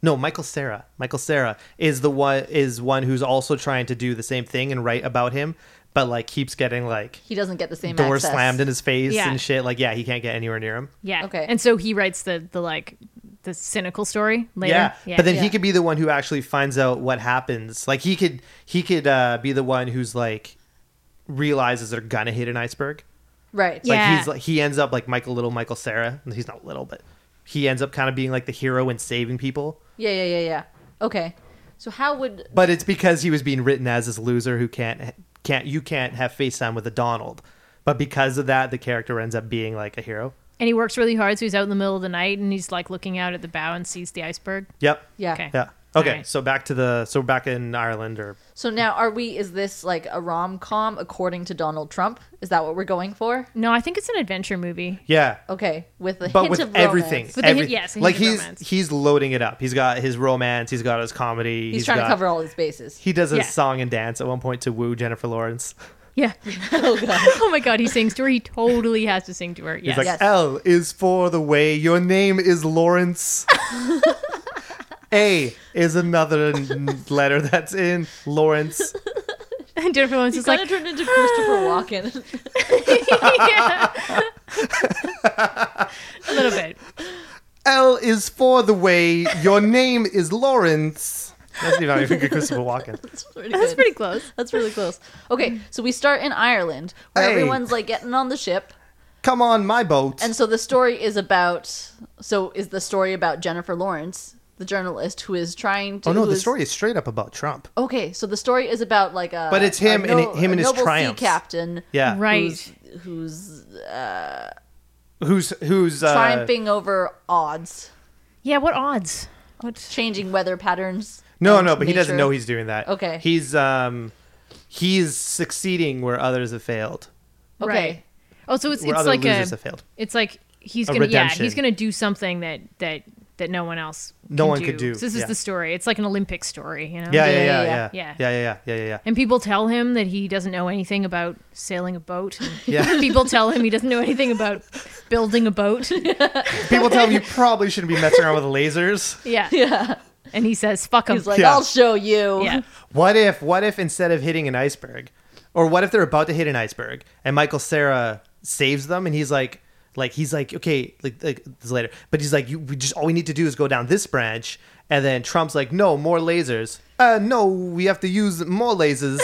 S1: no michael sarah michael sarah is the one is one who's also trying to do the same thing and write about him but like keeps getting like
S2: he doesn't get the same
S1: door
S2: access.
S1: slammed in his face
S3: Yeah.
S1: and shit like yeah he can't get anywhere near him
S3: yeah.
S2: okay.
S3: And so he writes the the like the cynical story later.
S1: Yeah. but then
S2: Yeah.
S1: he could be the one who actually finds out what happens. Like he could he could uh, be the one who's like realizes they're gonna hit an iceberg.
S2: Right.
S3: Yeah.
S1: Like he's like he ends up like Michael Little, Michael Sarah. He's not little, but he ends up kind of being like the hero and saving people.
S2: Yeah, yeah, yeah, yeah. Okay. So how would
S1: But it's because he was being written as this loser who can't can't you can't have FaceTime with a Donald. But because of that, the character ends up being like a hero.
S3: and he works really hard, so he's out in the middle of the night and he's like looking out at the bow and sees the iceberg.
S1: Yep.
S2: yeah.
S3: Okay.
S1: Yeah. Okay.
S3: Alright.
S1: So back to the so we're back in Ireland or
S2: So now are we is this like a rom-com according to Donald Trump? Is that what we're going for?
S3: No, I think it's an adventure movie.
S1: yeah.
S2: Okay, with a
S1: but
S2: hint
S1: with
S2: of
S1: everything,
S2: romance.
S3: With the hint-
S1: everything.
S3: yes, a hint
S1: like
S3: of
S1: he's
S3: romance.
S1: he's loading it up. He's got his romance. He's got his comedy.
S2: He's, trying
S1: got-
S2: to cover all his bases.
S1: He does a
S3: Yeah.
S1: song and dance at one point to woo Jennifer Lawrence.
S3: Yeah.
S2: oh god.
S3: oh my god, he sings to her. He totally has to sing to her.
S1: He's
S3: Yes.
S1: like,
S2: Yes.
S1: L is for the way your name is Lawrence. a is another n- letter that's in Lawrence.
S3: and Jennifer Lawrence
S2: He's
S3: is
S2: kind
S3: like,
S2: of turned into Christopher
S1: "Ah."
S2: Walken.
S3: yeah. a little bit.
S1: L is for the way your name is Lawrence. That's even how you figure Christopher Walken.
S2: That's pretty
S3: That's
S2: good.
S3: pretty close.
S2: That's really close. Okay, so we start in Ireland where
S1: Hey.
S2: everyone's like getting on the ship.
S1: Come on, my boat.
S2: And so the story is about so is the story about Jennifer Lawrence, the journalist who is trying to
S1: oh no,
S2: who
S1: the
S2: is-
S1: story is straight up about Trump.
S2: Okay, so the story is about like a
S1: But it's him
S2: a
S1: and him
S2: a
S1: and his
S2: noble sea
S1: triumphs.
S2: captain
S1: Yeah,
S3: Right.
S2: who's, who's
S1: Who's who's uh,
S2: triumphing over odds,
S3: Yeah, what odds? What?
S2: changing weather patterns.
S1: No,
S2: and
S1: no, but he doesn't
S2: nature.
S1: know he's doing that.
S2: Okay.
S1: He's um he's succeeding where others have failed.
S2: Okay.
S3: Right. Oh, so it's,
S1: Where
S3: it's
S1: other
S3: like a.
S1: losers have failed.
S3: It's like he's
S1: A
S3: gonna yeah he's
S1: redemption.
S3: gonna do something that that that no one else
S1: No
S3: can
S1: one could do,
S3: So this
S1: yeah.
S3: is the story. It's like an Olympic story, you know.
S1: Yeah, yeah,
S2: Yeah,
S1: yeah, yeah.
S2: yeah,
S1: Yeah,
S3: yeah.
S1: yeah, yeah, yeah, yeah. yeah.
S3: And people tell him that he doesn't know anything about sailing a boat. and
S1: Yeah.
S3: people tell him he doesn't know anything about building a boat.
S1: People tell him you probably shouldn't be messing around with lasers.
S3: Yeah.
S2: Yeah.
S3: And he says, "Fuck him."
S2: He's like,
S1: Yeah.
S2: I'll show you.
S3: yeah.
S1: What if what if instead of hitting an iceberg or what if they're about to hit an iceberg and Michael Sarah saves them and he's like like he's like okay like, like this is later but he's like you we just all we need to do is go down this branch and then Trump's like no more lasers uh no we have to use more lasers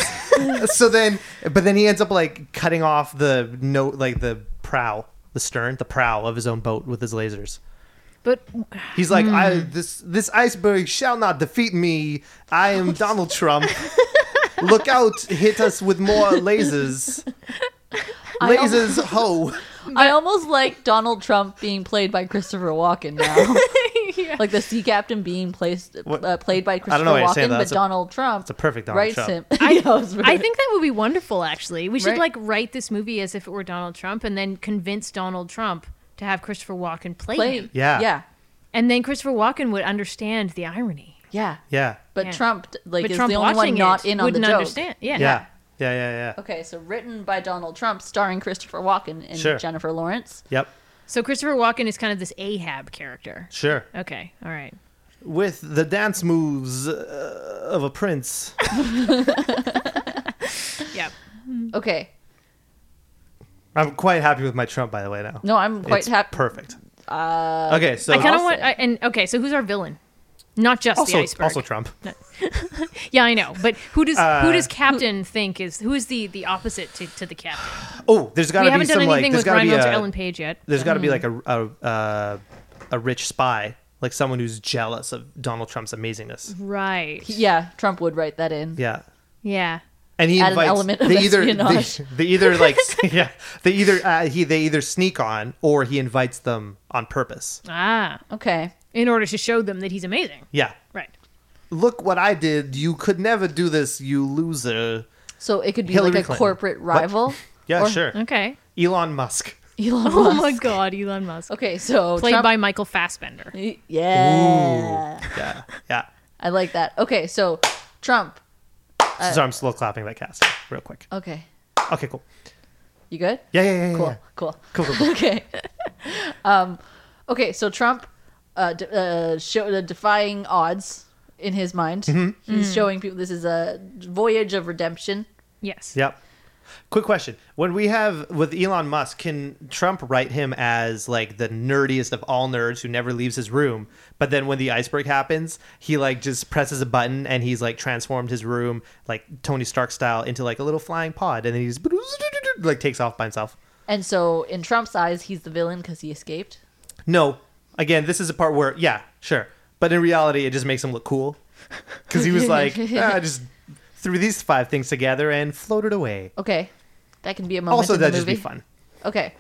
S1: so then but then he ends up like cutting off the no like the prow the stern the prow of his own boat with his lasers
S3: But
S1: He's like, I
S3: Hmm.
S1: this this iceberg shall not defeat me. I am Donald Trump. Look out! Hit us with more lasers.
S2: I al-
S1: Lasers, ho!
S2: I almost like Donald Trump being played by Christopher Walken now.
S3: yeah.
S2: like the sea captain being placed
S1: What?
S2: uh, played by
S1: don't
S2: Christopher
S1: know why you're
S2: Walken,
S1: saying that.
S2: but
S1: That's a-
S2: Donald Trump. It's
S1: a perfect Donald
S2: writes
S1: Trump.
S2: him.
S3: I,
S2: Yeah, it was
S3: I
S2: really-
S3: think that would be wonderful. Actually, we should
S2: Right.
S3: like write this movie as if it were Donald Trump, and then convince Donald Trump to have Christopher Walken play,
S2: play.
S3: him,
S1: Yeah.
S2: yeah,
S3: and then Christopher Walken would understand the irony.
S2: yeah.
S1: Yeah,
S2: But
S3: Yeah.
S2: Trump like
S3: but
S2: is
S3: Trump
S2: the only one
S3: watching
S2: not
S3: it
S2: in on the
S3: wouldn't
S2: joke.
S3: understand. Yeah.
S1: yeah, yeah, yeah, yeah.
S2: Okay, so written by Donald Trump, starring Christopher Walken and
S1: Sure.
S2: Jennifer Lawrence.
S1: Yep,
S3: So Christopher Walken is kind of this Ahab character.
S1: sure.
S3: Okay, all right.
S1: With the dance moves uh, of a prince.
S3: Yeah.
S2: Okay,
S1: I'm quite happy with my Trump, by the way. Now,
S2: no, I'm quite
S1: It's
S2: happy.
S1: Perfect. Uh, okay, so
S3: I kind of
S2: also-
S3: want I, and okay, so who's our villain? Not just the
S1: also
S3: iceberg.
S1: also Trump.
S3: yeah, I know. But who does
S1: Uh,
S3: who does Captain think is who is the the opposite to, to the captain?
S1: Oh, there's got
S3: We
S1: to be
S3: haven't done
S1: some like
S3: anything
S1: there's
S3: with
S1: got to
S3: Ryan
S1: be
S3: Reynolds or
S1: a
S3: Ellen Page yet.
S1: There's got to
S2: Mm.
S1: be like a a, uh, a rich spy, like someone who's jealous of Donald Trump's amazingness.
S2: Mm-hmm.
S3: Right.
S2: Yeah, Trump would write that in.
S1: Yeah,
S3: Yeah.
S1: and he
S2: Add an
S1: invites
S2: element of
S1: they either they,
S2: espionage.
S1: they either like yeah they either uh, he they either sneak on or he invites them on purpose.
S3: Ah.
S2: Okay.
S3: In order to show them that he's amazing.
S1: Yeah,
S3: Right.
S1: look what I did. You could never do this, you loser.
S2: So it could be
S1: Hillary
S2: like a
S1: Clinton.
S2: corporate
S1: What?
S2: rival.
S1: Yeah,
S2: Or-
S1: sure.
S3: Okay.
S1: Elon Musk.
S2: Elon
S3: Oh
S2: Musk.
S3: my god, Elon Musk.
S2: Okay, so
S3: Played
S2: Trump-
S3: by Michael Fassbender.
S2: Yeah.
S1: Yeah, yeah.
S2: I like that. Okay, so Trump. Uh,
S1: so I'm slow clapping that cast real quick.
S2: Okay.
S1: Okay, cool.
S2: You good?
S1: Yeah, yeah, yeah, yeah.
S2: Cool.
S1: yeah.
S2: Cool.
S1: Cool, cool, cool.
S2: okay. um, okay, so Trump, uh, d- uh, show, uh, defying odds
S1: Mm-hmm.
S2: in
S3: Hmm.
S2: his mind. He's showing people this is a voyage of redemption.
S3: Yes.
S1: Yep. Quick question: When we have with Elon Musk, can Trump write him as like the nerdiest of all nerds who never leaves his room? But then when the iceberg happens, he like just presses a button and he's like transformed his room like Tony Stark style into like a little flying pod, and then he just like takes off by himself.
S2: And so, in Trump's eyes, he's the villain because he escaped.
S1: No, again, this is a part where yeah, sure, but in reality, it just makes him look cool because he was like, ah, I just threw these five things together and floated away.
S2: Okay, that can be a moment.
S1: Also,
S2: in the
S1: that'd just be
S2: movie.
S1: fun.
S2: Okay,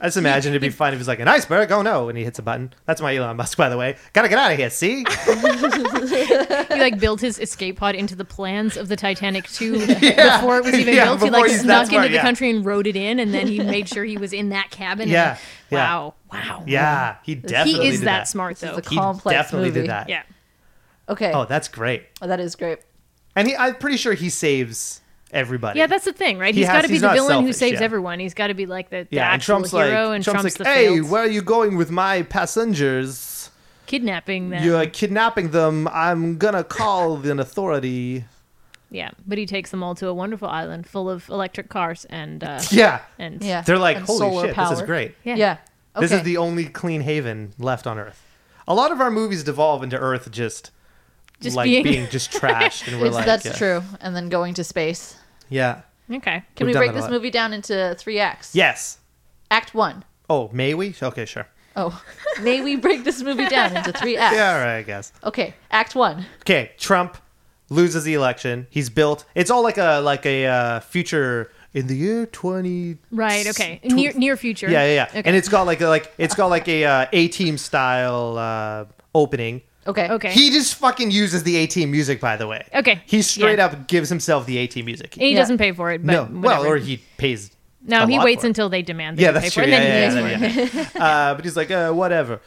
S1: I just imagine it'd be fun if it's like an iceberg. Oh no! And he hits a button. That's my Elon Musk, by the way. Gotta get out of here. See?
S3: He like built his escape pod into the plans of the Titanic 2 before it was even
S1: Yeah,
S3: built. He
S1: before
S3: like
S1: he's that
S3: snuck
S1: smart,
S3: into the
S1: yeah.
S3: country and rode it in, and then he made sure he was in that cabin. and,
S1: Yeah,
S3: like,
S1: yeah.
S3: wow, wow.
S1: Yeah, he definitely.
S3: he is
S1: did
S3: that,
S1: that
S3: smart
S2: is
S3: though.
S2: the-
S1: He
S2: Complex
S1: definitely
S2: movie.
S1: did that.
S3: yeah,
S2: okay,
S1: Oh, that's great.
S2: that is great.
S1: And he, I'm pretty sure he saves everybody.
S3: yeah. That's the thing, right?
S1: He
S3: He's
S1: has-
S3: got to be
S1: he's
S3: the
S1: not
S3: villain who
S1: selfish,
S3: saves
S1: yeah.
S3: everyone. He's got to be like the, the
S1: Yeah, and
S3: actual
S1: Trump's like,
S3: hero, and Trump's,
S1: Trump's, like,
S3: the
S1: "Hey,
S3: failed
S1: where are you going with my passengers?
S3: kidnapping them."
S1: You're kidnapping them. I'm gonna call an authority."
S3: Yeah, but he takes them all to a wonderful island full of electric cars and uh,
S1: Yeah,
S3: and
S2: Yeah,
S1: they're like,
S2: And
S1: "Holy
S2: solar
S1: shit, this is
S2: power.
S1: great."
S3: Yeah.
S2: Yeah. Okay.
S1: This is the only clean haven left on Earth. A lot of our movies devolve into Earth just,
S3: Just
S1: like being...
S3: being-
S1: just trashed, and we're
S2: It's-
S1: like,
S2: that's
S1: yeah.
S2: true. And then going to space.
S1: Yeah.
S3: Okay,
S1: We've
S2: Can we
S1: done
S2: break
S1: that a
S2: this
S1: lot.
S2: movie down into three acts?
S1: Yes.
S2: Act one.
S1: Oh, may we? Okay, sure.
S2: Oh, may we break this movie down into three acts?
S1: Yeah, all right, I guess.
S2: Okay, Act one.
S1: Okay, Trump loses the election. He's built. It's all like a like a uh, future in the year twenty.
S3: right. Okay, near near future.
S1: Yeah, yeah, yeah.
S3: Okay.
S1: And it's got like a, like it's got like a uh, A team style uh, opening.
S2: Okay.
S3: okay.
S1: He just fucking uses the A team music, by the way.
S3: Okay.
S1: He straight
S3: Yeah.
S1: up gives himself the A team music.
S3: And he
S2: Yeah.
S3: doesn't pay for it. But
S1: no, well,
S3: whatever.
S1: or he pays.
S3: no,
S1: a
S3: he
S1: lot
S3: waits
S1: for it.
S3: until they demand. That
S1: Yeah,
S3: he pay
S1: that's
S3: for
S1: true.
S3: it,
S1: Yeah,
S3: and
S1: yeah,
S3: then he Hmm.
S1: yeah,
S3: pays for it.
S1: yeah, yeah. Uh, but he's like, uh, whatever.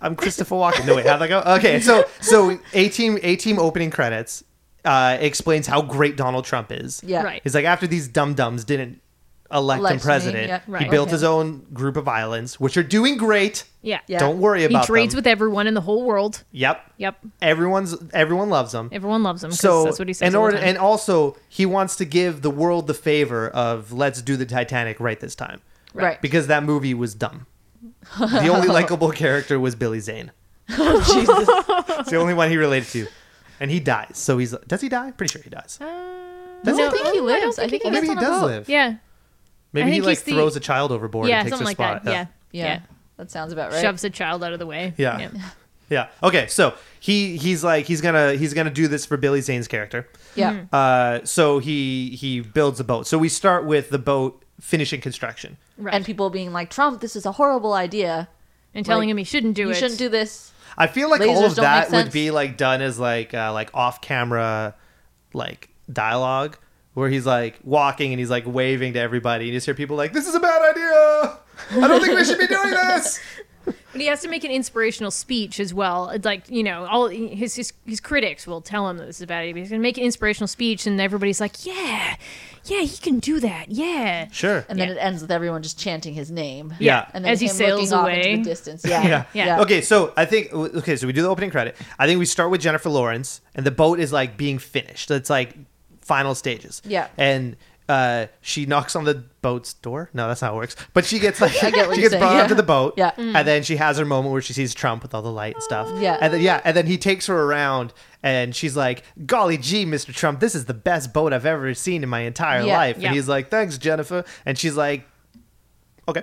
S1: I'm Christopher Walken. No, wait, how'd that go? Okay, so so a team a team opening credits uh, explains how great Donald Trump is.
S2: Yeah.
S3: Right.
S1: He's like after these dum dums didn't elect,
S2: Elect
S1: him
S2: me,
S1: president,
S2: yeah,
S1: he
S3: right.
S1: built
S2: Okay.
S1: his own group of islands, which are doing great.
S3: Yeah.
S2: Yeah.
S1: Don't worry
S3: He
S1: about
S3: trades
S1: them.
S3: with everyone in the whole world.
S1: yep.
S3: Yep.
S1: Everyone's everyone loves him.
S3: Everyone loves him. 'cause
S1: So
S3: that's what he says.
S1: in
S3: all the
S1: order,
S3: time.
S1: and also he wants to give the world the favor of let's do the Titanic right this time,
S2: Right.
S1: because that movie was dumb. The only likable character was Billy Zane.
S3: Oh,
S1: It's the only one he related to, and he dies. So he's does he die? Pretty sure he dies.
S3: Uh,
S1: Does
S2: No,
S1: he
S2: I think
S1: die?
S2: he lives.
S3: I don't
S2: I think
S3: think
S2: he
S1: Or
S2: gets
S1: maybe he
S2: on a
S1: does
S2: boat.
S1: live.
S3: yeah.
S1: Maybe he
S3: think
S1: like
S3: he's the-
S1: throws a child overboard
S3: Yeah.
S1: and takes
S3: Something
S1: her
S3: like
S1: spot.
S3: that. Yeah.
S2: Yeah. That sounds about right.
S3: Shoves a child out of the way.
S1: Yeah. yeah. Okay, so he he's like he's gonna he's gonna do this for Billy Zane's character.
S2: Yeah.
S3: Hmm,
S1: Uh, so he he builds a boat. So we start with the boat finishing construction.
S3: Right.
S2: And
S3: And,
S2: people being like, Trump, this is a horrible idea.
S3: telling
S2: like,
S3: him he shouldn't do
S2: you
S3: it.
S2: shouldn't do this.
S1: I feel like
S2: Lasers
S1: all of
S2: don't
S1: that
S2: make
S1: would
S2: sense.
S1: be like done as like uh, like off camera like dialogue where he's like walking and he's like waving to everybody. You just hear people like, "This is a bad idea. I don't think we should be doing this."
S3: But he has to make an inspirational speech as well. It's like you know, all his his, his critics will tell him that this is a bad idea. But he's gonna make an inspirational speech, and everybody's like, "Yeah, yeah, he can do that. Yeah."
S1: Sure.
S2: And then it ends with everyone just chanting his name.
S1: Yeah.
S2: And then
S3: As he
S2: him
S3: sails
S2: looking off
S3: away.
S2: into the distance. Yeah.
S1: yeah.
S3: Yeah.
S1: Okay, so I think okay, so we do the opening credit. I think we start with Jennifer Lawrence, and the boat is like being finished. That's like final stages.
S2: Yeah.
S1: and uh, she knocks on the boat's door. No, that's not how it works. But she gets like
S2: I get what
S1: she gets
S2: you're saying,
S1: brought
S2: yeah.
S1: onto the boat.
S2: Yeah.
S3: Mm.
S1: and then she has her moment where she sees Trump with all the light and stuff.
S2: Yeah.
S1: and then yeah, and then he takes her around. And she's like, "Golly gee, Mr. Trump, this is the best boat I've ever seen in my entire
S2: Yeah.
S1: life."
S3: Yeah.
S1: And he's like, "Thanks, Jennifer." And she's like, Okay.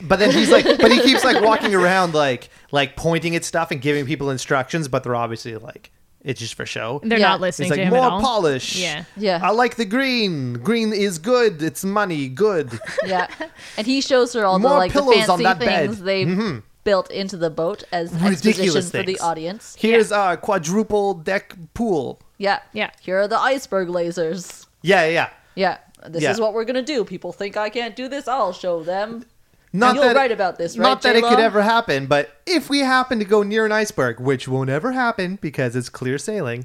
S1: But then he's like, but he keeps like walking around, like, like pointing at stuff and giving people instructions, but they're obviously like, it's just for show.
S3: They're
S2: Yeah.
S3: not listening
S1: He's like,
S3: to him
S1: more
S3: at all.
S1: polish.
S3: Yeah.
S2: Yeah.
S1: I like the green. Green is good. It's money. Good.
S2: Yeah. And he shows her all
S1: More
S2: the like the
S1: pillows
S2: fancy
S1: on that bed. Mm-hmm.
S2: things they built into the boat as exposition
S1: Ridiculous
S2: for the
S1: things.
S2: audience.
S1: Here's our quadruple deck pool.
S2: Yeah.
S3: Yeah.
S2: Here are the iceberg lasers.
S1: Yeah, yeah, yeah.
S2: Yeah. This
S1: Yeah.
S2: is what we're gonna do. People think I can't do this. I'll show them.
S1: Not
S2: you're right about this,
S1: Not
S2: right,
S1: that it could
S2: J-Lo?
S1: ever happen, but if we happen to go near an iceberg, which won't ever happen because it's clear sailing,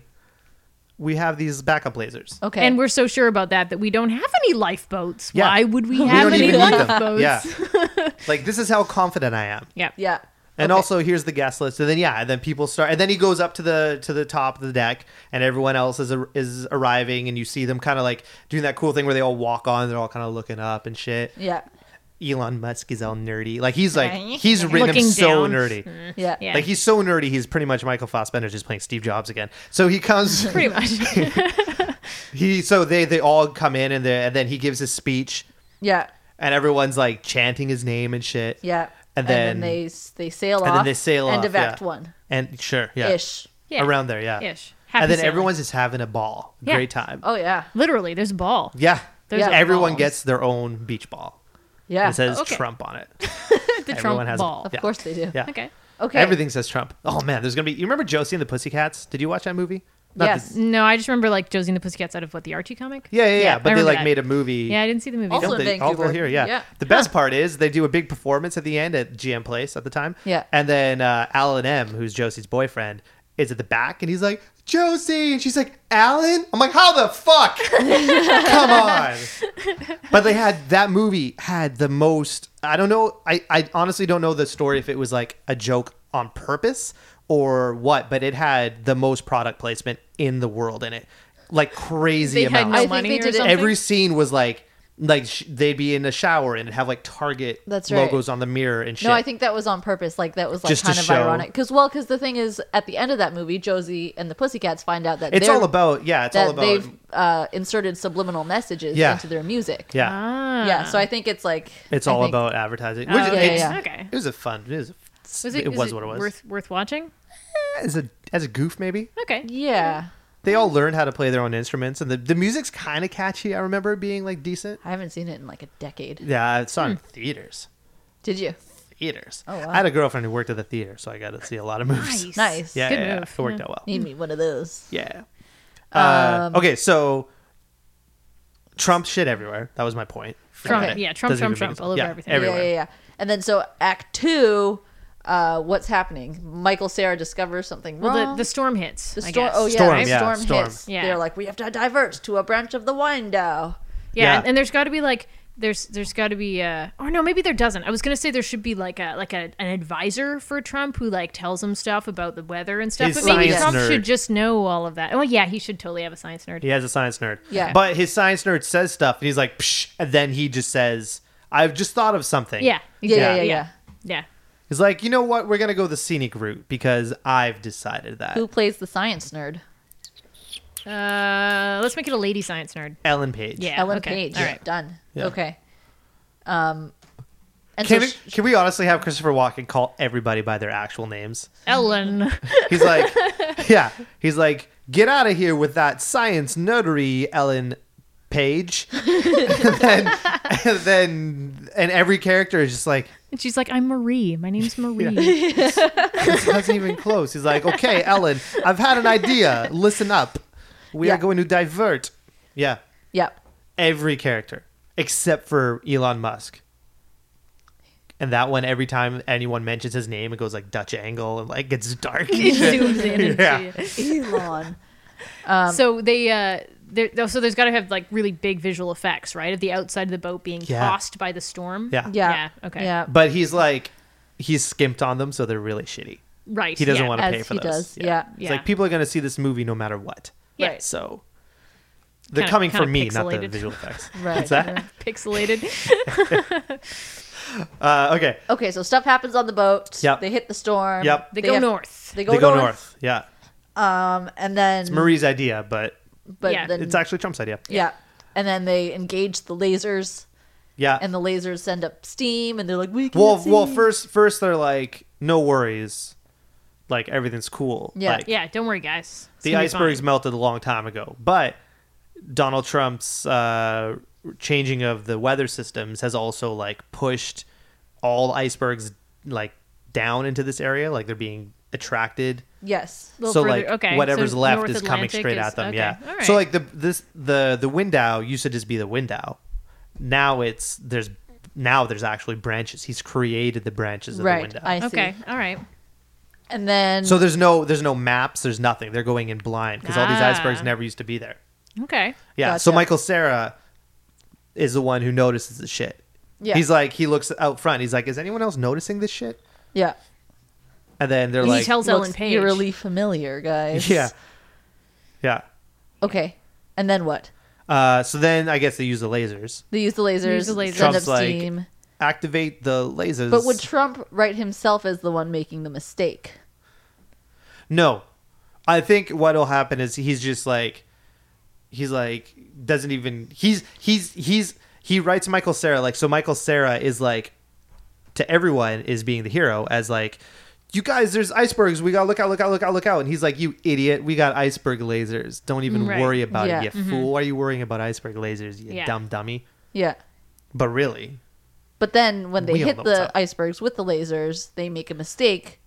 S1: we have these backup lasers.
S2: Okay.
S3: And we're so sure about that that we don't have any lifeboats.
S1: Yeah.
S3: Why would we have
S1: don't
S3: any
S1: even need them.
S3: lifeboats?
S1: Yeah. like this is how confident I am.
S3: yeah.
S2: yeah.
S1: And
S2: Okay.
S1: also here's the guest list. And then yeah, and then people start and then he goes up to the to the top of the deck and everyone else is ar- is arriving and you see them kind of like doing that cool thing where they all walk on, they're all kind of looking up and shit.
S2: Yeah.
S1: Elon Musk is all nerdy. Like he's like
S3: Right.
S1: he's written him
S3: Looking
S1: so
S3: down. Mm,
S1: nerdy.
S2: Yeah.
S3: Yeah.
S1: Like he's so nerdy, he's pretty much Michael Fassbender just playing Steve Jobs again. So he comes
S3: Pretty much.
S1: he so they they all come in and, they- and then he gives his speech
S2: Yeah.
S1: and everyone's like chanting his name and shit.
S2: Yeah.
S1: And then-
S2: they s- they sail
S1: and
S2: off.
S1: then they sail
S2: end
S1: off,
S2: of Act
S1: yeah.
S2: One
S1: And sure, yeah.
S2: ish.
S3: Yeah.
S1: Around there, yeah.
S3: Ish. Happy
S1: And then
S3: sailing.
S1: everyone's just having a ball.
S3: Yeah.
S1: Great time.
S2: Oh yeah.
S3: literally there's a ball.
S1: Yeah.
S3: There's
S2: Yeah.
S3: a
S1: Everyone
S3: ball.
S1: gets their own beach ball.
S2: Yeah.
S1: It says
S3: Okay.
S1: Trump on it.
S3: the
S1: everyone
S3: Trump
S1: has a-
S3: ball.
S2: of
S1: yeah.
S2: course they do.
S1: Yeah.
S3: Okay.
S2: Okay.
S1: Everything says Trump. Oh man, there's gonna be. You remember Josie and the Pussycats? Did you watch that movie?
S2: Yes.
S1: the-
S3: No, I just remember like Josie and the Pussycats out of what the Archie comic.
S1: yeah, yeah, yeah.
S3: I
S1: But they
S3: remember
S1: like
S3: that.
S1: made a movie.
S3: Yeah, I didn't see the movie.
S1: Don't
S2: Also in
S1: they? Although
S2: Vancouver.
S1: here, yeah.
S2: Yeah.
S1: The best part is they do a big performance at the end at GM Place at the time.
S2: Yeah.
S1: And then uh, Alan M, who's Josie's boyfriend, is at the back, and he's like, "Josie," and she's like, "Alan." I'm like, "How the fuck? Come on!" But they had that movie had the most. I don't know. I I honestly don't know the story if it was like a joke on purpose or what, but it had the most product placement in the world in it, like crazy
S3: They
S1: amount
S3: had
S2: I
S3: no
S2: think
S3: money
S2: they
S3: or
S2: did it
S3: something.
S1: every scene was like like sh- they'd be in a shower and it'd have like Target
S2: That's right.
S1: logos on the mirror and shit.
S2: No, I think that was on purpose. Like that was like
S1: Just to
S2: kind of
S1: show-
S2: ironic. Because well, because the thing is, at the end of that movie, Josie and the Pussycats find out that
S1: it's
S2: they're-
S1: all about yeah, it's all
S2: that
S1: about
S2: they've uh, inserted subliminal messages
S1: Yeah.
S2: into their music.
S1: yeah,
S3: Ah.
S2: Yeah. So I think it's like
S1: it's
S2: I
S1: all
S2: think- Oh,
S1: about advertising. Which
S2: yeah,
S1: it's,
S2: yeah.
S3: Okay.
S1: it was a fun. It was, a, it,
S3: Was it, is
S1: was
S3: it
S1: what it was.
S3: Worth worth watching.
S1: as a as a goof maybe
S3: Okay.
S2: Yeah.
S1: they all learned how to play their own instruments and the the music's kind of catchy. I remember it being like decent.
S2: I haven't seen it in like a decade.
S1: Yeah, I saw it in theaters.
S2: Did you?
S1: Theaters.
S2: Hmm. Oh, wow.
S1: I had a girlfriend who worked at the theater, so I got to see a lot of movies.
S3: Nice.
S2: Nice. Hmm.
S1: Yeah,
S3: Good
S1: yeah, yeah.
S3: move.
S1: it worked out well.
S2: Need me one of those.
S1: Yeah. Uh,
S3: Um,
S1: okay, so Trump shit everywhere. That was my point.
S3: Trump,
S1: Forget it.
S3: yeah, Trump,
S1: Doesn't even
S3: Trump,
S1: make
S3: Trump,
S1: sense.
S3: all over
S1: Yeah,
S3: everything.
S1: Everywhere.
S2: Yeah, yeah, yeah. And then so Act Two, uh, what's happening? Michael Sarah discovers something wrong.
S3: Well, the, the storm hits.
S2: The
S3: I
S2: storm.
S3: guess.
S2: Oh yeah,
S1: Storm,
S2: the
S1: yeah,
S2: storm,
S1: storm.
S2: hits.
S3: Yeah.
S2: They're like, we have to divert to a branch of the Windau.
S3: Yeah,
S1: Yeah.
S3: And, and there's got to be like there's there's got to be uh or no maybe there doesn't. I was gonna say there should be like a like a, an advisor for Trump who like tells him stuff about the weather and stuff.
S1: He's
S3: but maybe
S2: science
S3: Trump
S1: nerd.
S3: should just know all of that. Oh yeah, he should totally have a science nerd.
S1: He has a science nerd.
S2: Yeah.
S1: But his science nerd says stuff and he's like, Psh, and then he just says, I've just thought of something.
S3: Yeah.
S2: Yeah, yeah, yeah,
S1: Yeah.
S2: yeah.
S3: Yeah.
S1: He's like, you know what? We're going to go the scenic route because I've decided that.
S2: Who plays the science nerd?
S3: Uh, let's make it a lady science nerd.
S1: Ellen Page.
S3: Yeah.
S2: Ellen
S3: okay.
S2: Page.
S3: All right.
S2: Done.
S1: Yeah.
S2: Okay. Um, and
S1: Can,
S2: so
S1: we,
S2: sh-
S1: can we honestly have Christopher Walken call everybody by their actual names?
S3: Ellen.
S1: He's like, yeah. He's like, get out of here with that science nerdery, Ellen Page. and then, and then, and every character is just like,
S3: And she's like, I'm Marie. My name's Marie.
S1: that's not even close. He's like, okay, Ellen, I've had an idea. Listen up. We
S2: Yeah.
S1: are going to divert. Yeah.
S2: yeah,
S1: Every character except for Elon Musk. And that one, every time anyone mentions his name, it goes like Dutch angle and like gets dark.
S3: It zooms in. and
S1: Yeah.
S3: she-
S2: Elon.
S1: Um,
S3: so they uh there though- so there's got to have like really big visual effects right of the outside of the boat being
S1: Yeah.
S3: tossed by the storm
S1: Yeah.
S2: Yeah.
S3: Yeah, okay.
S2: Yeah.
S1: But he's like, he's skimped on them, so they're really shitty.
S3: right
S1: He doesn't
S3: yeah.
S1: want to
S2: As
S1: pay for
S2: he
S1: those.
S2: does, yeah.
S1: It's
S3: Yeah.
S1: like people are going to see this movie no matter what.
S3: Yeah.
S2: Right.
S1: So they're
S3: Kinda-
S1: coming
S3: kinda
S1: for me, not the
S3: pixelated.
S1: visual effects.
S2: Right.
S1: What's that?
S3: pixelated
S1: Uh, okay.
S2: Okay, so stuff happens on the boat.
S1: Yep.
S2: They hit the storm.
S1: Yep.
S3: they,
S2: They
S3: go
S2: have-
S3: north
S2: They go,
S1: They go
S2: north,
S1: north. Yeah.
S2: Um, and then
S1: It's Marie's idea, but
S2: but
S3: Yeah.
S2: then
S1: it's actually Trump's idea.
S2: yeah, and then they engage the lasers,
S1: Yeah.
S2: and the lasers send up steam, and they're like, we can
S1: well,
S2: see.
S1: well, first, first they're like, no worries. Like everything's cool.
S2: Yeah.
S1: Like,
S3: yeah don't worry guys It's
S1: the
S3: gonna be
S1: icebergs
S3: fine.
S1: melted a long time ago, but Donald Trump's uh, changing of the weather systems has also like pushed all icebergs like down into this area, like they're being attracted.
S2: yes,
S3: A little
S1: so
S3: further-
S1: like
S3: okay, so
S1: whatever's left
S3: North
S1: is coming
S3: Atlantic
S1: straight
S3: is-
S1: at them.
S3: okay,
S1: Yeah.
S3: all
S1: So
S3: right.
S1: like the this the the window used to just be the window. Now it's there's now there's actually branches. He's created the branches of the
S2: right.
S1: window.
S2: I see.
S3: okay all right
S2: And then
S1: so there's no there's no maps. There's nothing. They're going in blind because all these
S3: Ah.
S1: icebergs never used to be there.
S3: okay
S1: Yeah. So
S2: Gotcha.
S1: Michael Sarah is the one who notices the shit.
S2: Yeah.
S1: He's like he looks out front. He's like, is anyone else noticing this shit?
S2: yeah,
S1: and then they're
S3: And he
S1: like,
S3: tells Ellen
S2: Looks
S3: Page.
S2: eerily familiar, guys.
S1: yeah, yeah.
S2: Okay. And then what?
S1: Uh, so then I guess they use the lasers.
S2: They use the lasers.
S3: Use the lasers.
S2: Send up
S1: Trump's like-
S2: steam.
S1: Activate the lasers.
S2: But would Trump write himself as the one making the mistake?
S1: No. I think what'll happen is he's just like he's like doesn't even he's he's he's he writes Michael Sarah like so Michael Sarah is like to everyone is being the hero as like you guys there's icebergs we got to look out look out look out look out and he's like you idiot we got iceberg lasers don't even
S3: Right. Mm-hmm.
S1: worry about
S2: Yeah.
S1: it you fool why are you worrying about iceberg lasers you
S3: Yeah.
S1: dumb dummy
S2: Yeah.
S1: but really
S2: But then when they
S1: We all
S2: hit
S1: know what's
S2: the
S1: up.
S2: icebergs with the lasers, they make a mistake.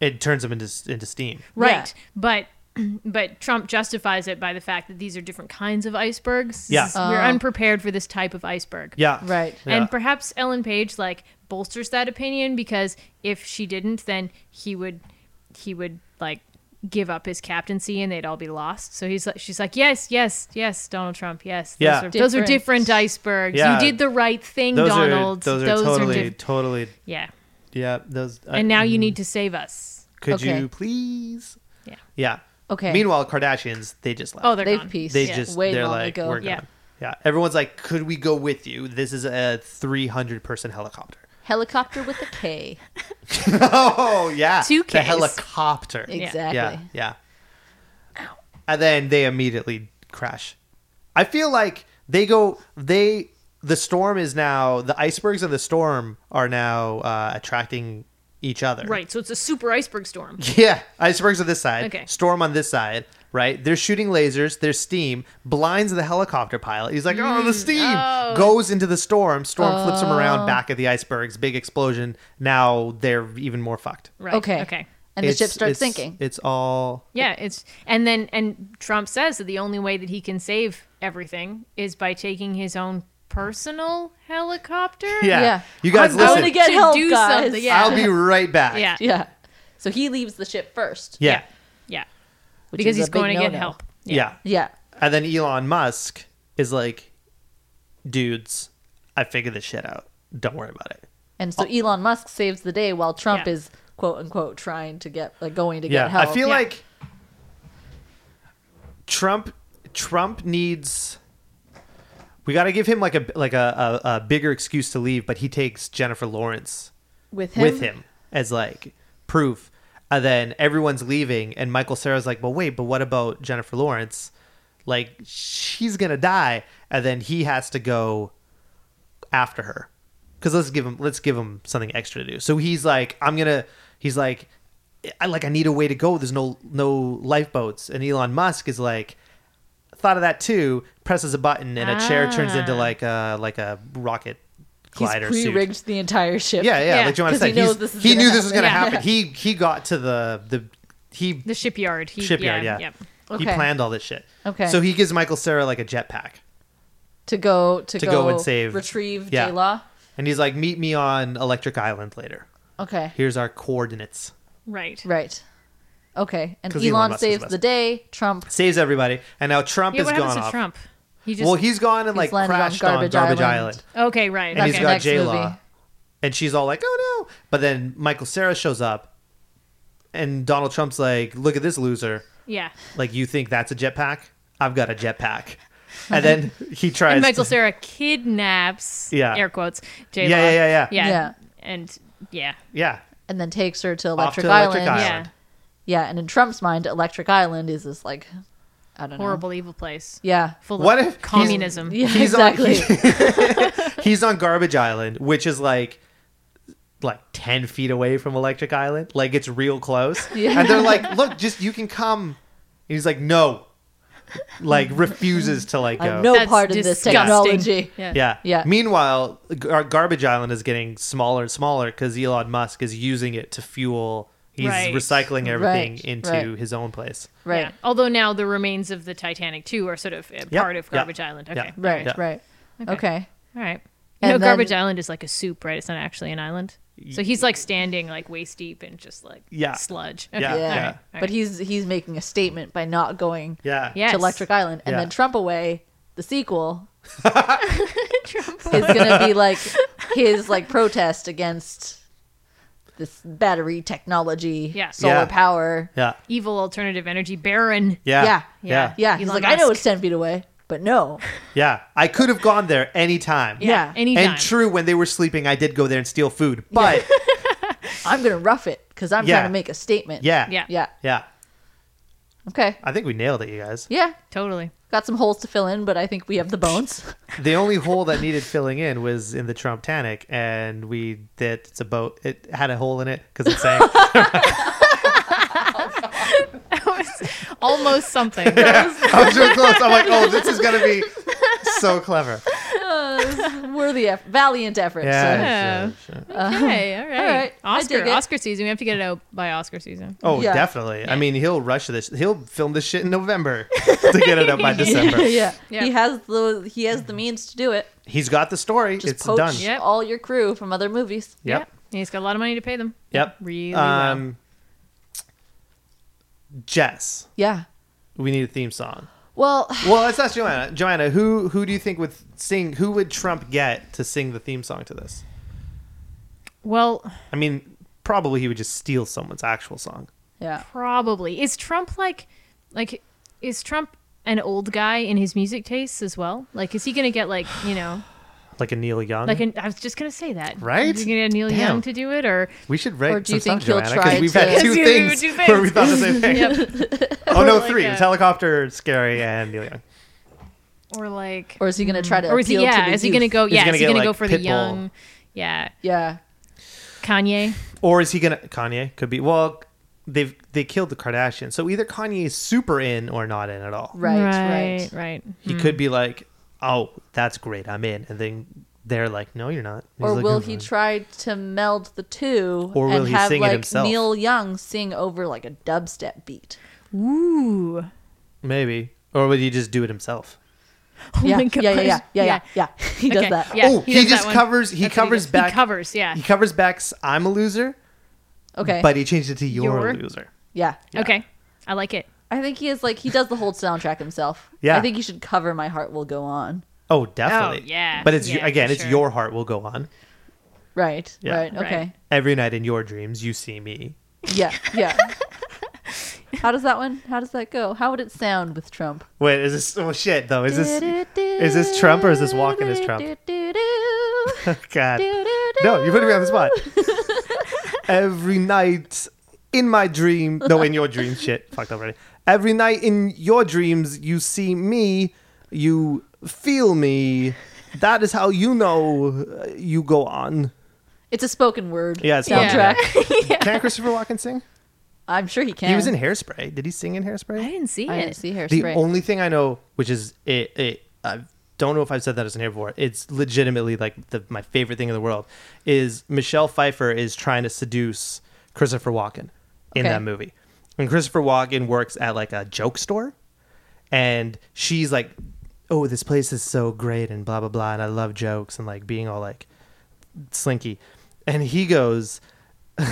S1: it turns him into into steam
S3: Right. But but Trump justifies it by the fact that these are different kinds of icebergs. This
S1: Yeah.
S3: is- We're unprepared for this type of iceberg.
S1: yeah
S2: Right.
S1: Yeah.
S3: And perhaps Ellen Page like bolsters that opinion because if she didn't then he would he would like give up his captaincy and they'd all be lost. So he's like she's like, "Yes, yes, yes, Donald Trump. Yes.
S1: Yeah.
S3: Those are, those are
S2: Different.
S3: different icebergs.
S1: Yeah.
S3: You did the right thing,
S1: those
S3: Donald.
S1: are those are totally
S3: diff-
S1: totally
S3: Yeah.
S1: yeah those uh,
S3: And now you need to save us."
S1: Could
S2: Okay.
S1: you please?
S3: Yeah.
S1: Yeah.
S2: Okay.
S1: Meanwhile, Kardashians, they just left.
S3: Oh, they're
S2: They've
S3: gone.
S2: pieced
S1: they
S3: yeah.
S1: just
S2: way
S1: they're
S2: long
S1: like
S2: ago.
S1: we're gone.
S3: Yeah.
S1: Yeah. Everyone's like, could we go with you? This is a 300 person helicopter.
S2: Helicopter with a K.
S1: oh yeah.
S3: Two
S1: The
S3: Ks.
S1: helicopter.
S2: Exactly.
S1: Yeah. Yeah. And then they immediately crash. I feel like they go they the storm is now the icebergs and the storm are now uh, attracting each other.
S3: Right. So it's a super iceberg storm.
S1: Yeah, icebergs on this side.
S3: Okay.
S1: Storm on this side. Right. They're shooting lasers. There's steam. Blinds the helicopter pilot. He's like, oh,
S2: Mm,
S1: the steam
S3: oh.
S1: goes into the storm. Storm flips him
S2: Oh.
S1: around. Back at the icebergs. Big explosion. Now they're even more fucked.
S3: Right.
S2: Okay.
S3: Okay.
S2: And the
S1: It's-
S2: ship starts
S1: it's-
S2: sinking.
S1: It's all
S3: Yeah, it's and then and Trump says that the only way that he can save everything is by taking his own personal helicopter.
S1: yeah.
S2: Yeah.
S1: You guys
S2: I'm
S1: listen.
S2: gonna get
S3: to
S2: help,
S3: do
S2: guys.
S3: something. Yeah.
S1: I'll be right back.
S3: yeah. Yeah.
S2: Yeah. So he leaves the ship first.
S1: Yeah.
S2: which
S3: Because
S2: is
S3: he's
S2: a big
S3: going to get
S2: no-no.
S3: help.
S1: Yeah.
S2: Yeah.
S1: And then Elon Musk is like, dudes, I figured this shit out. Don't worry about it.
S2: And
S1: Oh.
S2: so Elon Musk saves the day while Trump
S3: Yeah.
S2: is quote unquote trying to get like going to
S1: yeah
S2: get help.
S1: i feel
S3: Yeah.
S1: like trump trump needs we got to give him like a like a, a, a bigger excuse to leave but he takes jennifer lawrence
S2: with him.
S1: with him as like proof and then everyone's leaving and michael sarah's like well wait but what about jennifer lawrence like she's gonna die and then he has to go after her because let's give him let's give him something extra to do so he's like i'm gonna he's like i like i need a way to go there's no no lifeboats and elon musk is like thought of that too presses a button and a chair turns into
S3: Ah.
S1: like a like a rocket
S2: He's
S1: glider suit.
S2: pre-rigged the entire ship.
S1: Yeah, yeah,
S3: Yeah.
S1: Like Joanna
S2: 'Cause he
S1: said,
S2: knows
S1: he's-
S2: this is
S1: he
S2: gonna
S1: knew this was going to
S3: happen.
S1: happen. He he got to the the he
S3: The shipyard. He,
S1: shipyard.
S3: Yeah.
S1: Yeah, he
S2: Okay.
S1: planned all this shit.
S2: Okay.
S1: so he gives Michael Sarah like a jetpack,
S2: To go to,
S1: To go and save-
S2: retrieve
S1: yeah.
S2: J Law.
S1: and he's like, "Meet me on Electric Island later.
S2: Okay.
S1: Here's our coordinates."
S3: Right.
S2: Right. Okay. And
S1: 'Cause
S2: Elon,
S1: Elon Musk is
S2: saves
S1: best.
S2: the day. Trump.
S1: Saves everybody, and now Trump
S3: Yeah.
S1: is
S3: What
S1: gone
S3: happens to
S1: off.
S3: Trump? He just
S1: well, he's gone and like
S2: landed on
S1: crashed on
S2: Garbage
S1: Garbage,
S2: Island.
S1: Island,
S3: okay. Right.
S1: and
S3: okay.
S1: he's
S2: the
S1: got
S2: next
S1: J Law,
S2: movie.
S1: and she's all like, "Oh no!" But then Michael Sarah shows up, and Donald Trump's like, "Look at this loser."
S3: yeah.
S1: Like you think that's a jetpack? I've got a jetpack. And then he tries.
S3: And Michael
S1: to-
S3: Sarah kidnaps.
S1: Yeah.
S3: Air quotes. J.
S1: Yeah, yeah, yeah, yeah.
S3: Yeah.
S2: Yeah.
S3: And yeah.
S1: yeah,
S2: And then takes her to
S1: off
S2: Electric
S1: to
S2: Island.
S1: Electric
S3: Yeah.
S1: Island.
S2: Yeah. And in Trump's mind, Electric Island is this like, I don't know.
S3: Horrible, evil place.
S2: Yeah.
S3: Full
S1: What
S3: of
S1: if he's-
S3: communism.
S2: Yeah.
S1: He's on-
S2: exactly.
S1: He's on Garbage Island, which is like like 10 feet away from Electric Island. Like it's real close. And they're like, "Look, just you can come." And he's like, "No." Like refuses to like go.
S2: I'm no
S3: That's
S2: part of this
S3: disgusting.
S2: technology.
S3: Yeah.
S1: Yeah.
S2: Yeah.
S1: Meanwhile, Gar- Garbage Island is getting smaller and smaller because Elon Musk is using it to fuel. He's
S3: Right.
S1: recycling everything
S2: Right,
S1: into
S2: right.
S1: his own place.
S2: Right.
S3: Yeah. Although now the remains of the Titanic too are sort of uh, part of
S1: Yeah.
S3: Garbage Island. Okay.
S1: Yeah.
S2: Right.
S1: Yeah.
S2: Right. Okay.
S3: Okay. All right. You
S2: And
S3: know,
S2: then-
S3: Garbage Island is like a soup, right? It's not actually an island. So he's like standing like waist deep in just like
S1: Yeah.
S3: sludge.
S1: Yeah,
S2: Yeah.
S1: yeah.
S3: All right, all
S2: But
S3: right.
S2: he's he's making a statement by not going
S1: Yeah.
S3: Yeah.
S2: to
S3: Yes.
S2: Electric Island, and
S1: Yeah.
S2: then Trump away. The sequel is gonna be like his like protest against this battery technology,
S3: Yeah.
S2: solar
S1: Yeah.
S2: power.
S1: Yeah.
S3: Evil alternative energy baron.
S1: Yeah.
S2: Yeah.
S1: Yeah.
S2: Yeah, he's
S3: Elon
S2: like, I know
S3: Musk.
S2: it's ten feet away, but no.
S1: Yeah. I could have gone there anytime.
S2: Yeah.
S3: Anytime.
S1: And true, when they were sleeping, I did go there and steal food. But
S2: I'm gonna rough it because I'm
S1: Yeah.
S2: trying to make a statement.
S1: yeah.
S3: Yeah.
S2: Yeah.
S1: Yeah.
S2: Okay.
S1: I think we nailed it, you guys.
S2: Yeah.
S3: Totally.
S2: Got some holes to fill in, but I think we have the bones.
S1: The only hole that needed filling in was in the Trump Tanic, and we that it's a boat. It had a hole in it because it sank.
S3: That was almost something.
S1: I was really close. I'm like, oh, this is gonna be so clever.
S2: Worthy eff- valiant effort. So.
S1: Yeah.
S3: Yeah.
S1: sure, sure.
S3: Okay, all right.
S2: all right. I dig it.
S3: Oscar, Oscar season. We have to get it out by Oscar season.
S1: Oh,
S2: Yeah.
S1: definitely. I mean, he'll rush this. He'll film this shit in November to get it up by December.
S2: yeah.
S3: Yeah.
S2: He has the he has the means to do it.
S1: He's got the story.
S2: Just
S1: it's
S2: poach
S1: done.
S3: Yep.
S2: all your crew from other movies.
S1: Yep.
S3: Yeah. He's got a lot of money to pay them.
S1: Yep.
S3: Really well.
S1: Um, Jess,
S2: Yeah.
S1: we need a theme song.
S2: Well,
S1: Well, let's ask Joanna. Joanna, who who do you think would sing? Who would Trump get to sing the theme song to this?
S3: Well,
S1: I mean, probably he would just steal someone's actual song.
S2: yeah.
S3: probably. Is Trump like like is Trump an old guy in his music tastes as well? Like is he going to get like, you know,
S1: like a Neil Young.
S3: like an, I was just going to say that.
S1: Right?
S3: Is he going to get Neil
S1: Damn.
S3: Young to do it or
S1: we should write
S2: Or do
S1: some
S2: you think
S1: stuff,
S2: he'll
S1: Joanna,
S2: try
S1: because we've
S2: to-
S1: had two
S3: Yeah, we would
S1: things
S3: do
S1: where we
S3: things.
S1: thought the same thing. Oh no,
S3: Or
S1: three.
S3: like
S1: It was
S3: a-
S1: helicopter, scary, and Neil Young.
S3: or like
S2: Mm. Or is he gonna try to
S3: or is he
S2: appeal to
S3: yeah,
S2: the
S3: is he
S2: youth?
S3: going to go
S1: he
S3: yeah,
S1: gonna
S3: is
S1: get,
S3: he going
S1: like,
S3: to go for the
S1: Pitbull?
S3: young yeah,
S2: Yeah.
S3: Kanye?
S1: Or is he gonna Kanye? Could be. Well, they've they killed the Kardashians, so either Kanye is super in or not in at all.
S2: Right, right.
S3: right. right.
S1: He could be like, "Oh, that's great, I'm in," and then they're like, "No, you're not." He's
S2: Or
S1: like,
S2: will
S1: "Mm-mm."
S2: he try to meld the two
S1: Or will
S2: and
S1: he
S2: have
S1: sing it
S2: like
S1: himself?
S2: Neil Young sing over like a dubstep beat?
S3: Ooh.
S1: Maybe. Or would he just do it himself?
S3: Oh
S2: yeah,
S3: my god.
S2: yeah, yeah, yeah, yeah, yeah, yeah. He does
S3: Okay,
S2: that.
S3: Yeah,
S1: oh,
S3: he
S1: he,
S3: does that
S1: just
S3: one.
S1: covers. He
S3: That's what
S1: covers
S3: does.
S1: back.
S3: He covers, yeah.
S1: He covers back's "I'm a loser,"
S2: Okay.
S1: but he changed it to "You're,
S3: You're-
S1: a loser."
S2: yeah.
S3: Okay. I like it.
S2: I think he is like he does the whole soundtrack himself.
S1: Yeah.
S2: I think he should cover My Heart Will Go On.
S1: Oh, definitely.
S3: yeah.
S1: But it's
S3: Yeah,
S1: again,
S3: for
S1: it's
S3: sure.
S1: your heart will go on.
S2: Right.
S1: Yeah.
S2: Right.
S3: Right.
S2: Okay.
S1: Every night in your dreams, you see me.
S2: Yeah. Yeah. How does that one? How does that go? How would it sound with Trump?
S1: Wait, is this? Oh shit, though. Is this? is this Trump or is this walking as Trump? God. No, you put me on the spot. Every night in my dream. No, in your dream. Shit, fucked up already. Every night in your dreams, you see me. You feel me. That is how you know uh, you go on.
S2: It's a spoken word
S1: Yeah, it's
S2: soundtrack.
S1: Can Christopher Walken sing?
S2: I'm sure he can.
S1: He was in Hairspray. Did he sing in Hairspray?
S3: I didn't see
S2: I
S3: it.
S2: didn't see
S1: The
S2: hairspray.
S1: only thing I know, which is it, it, I don't know if I've said that as an here before. It's legitimately like the, my favorite thing in the world is Michelle Pfeiffer is trying to seduce Christopher Walken in
S2: Okay.
S1: that movie, and Christopher Walken works at like a joke store, and she's like, "Oh, this place is so great," and blah blah blah, and I love jokes and like being all like slinky, and he goes.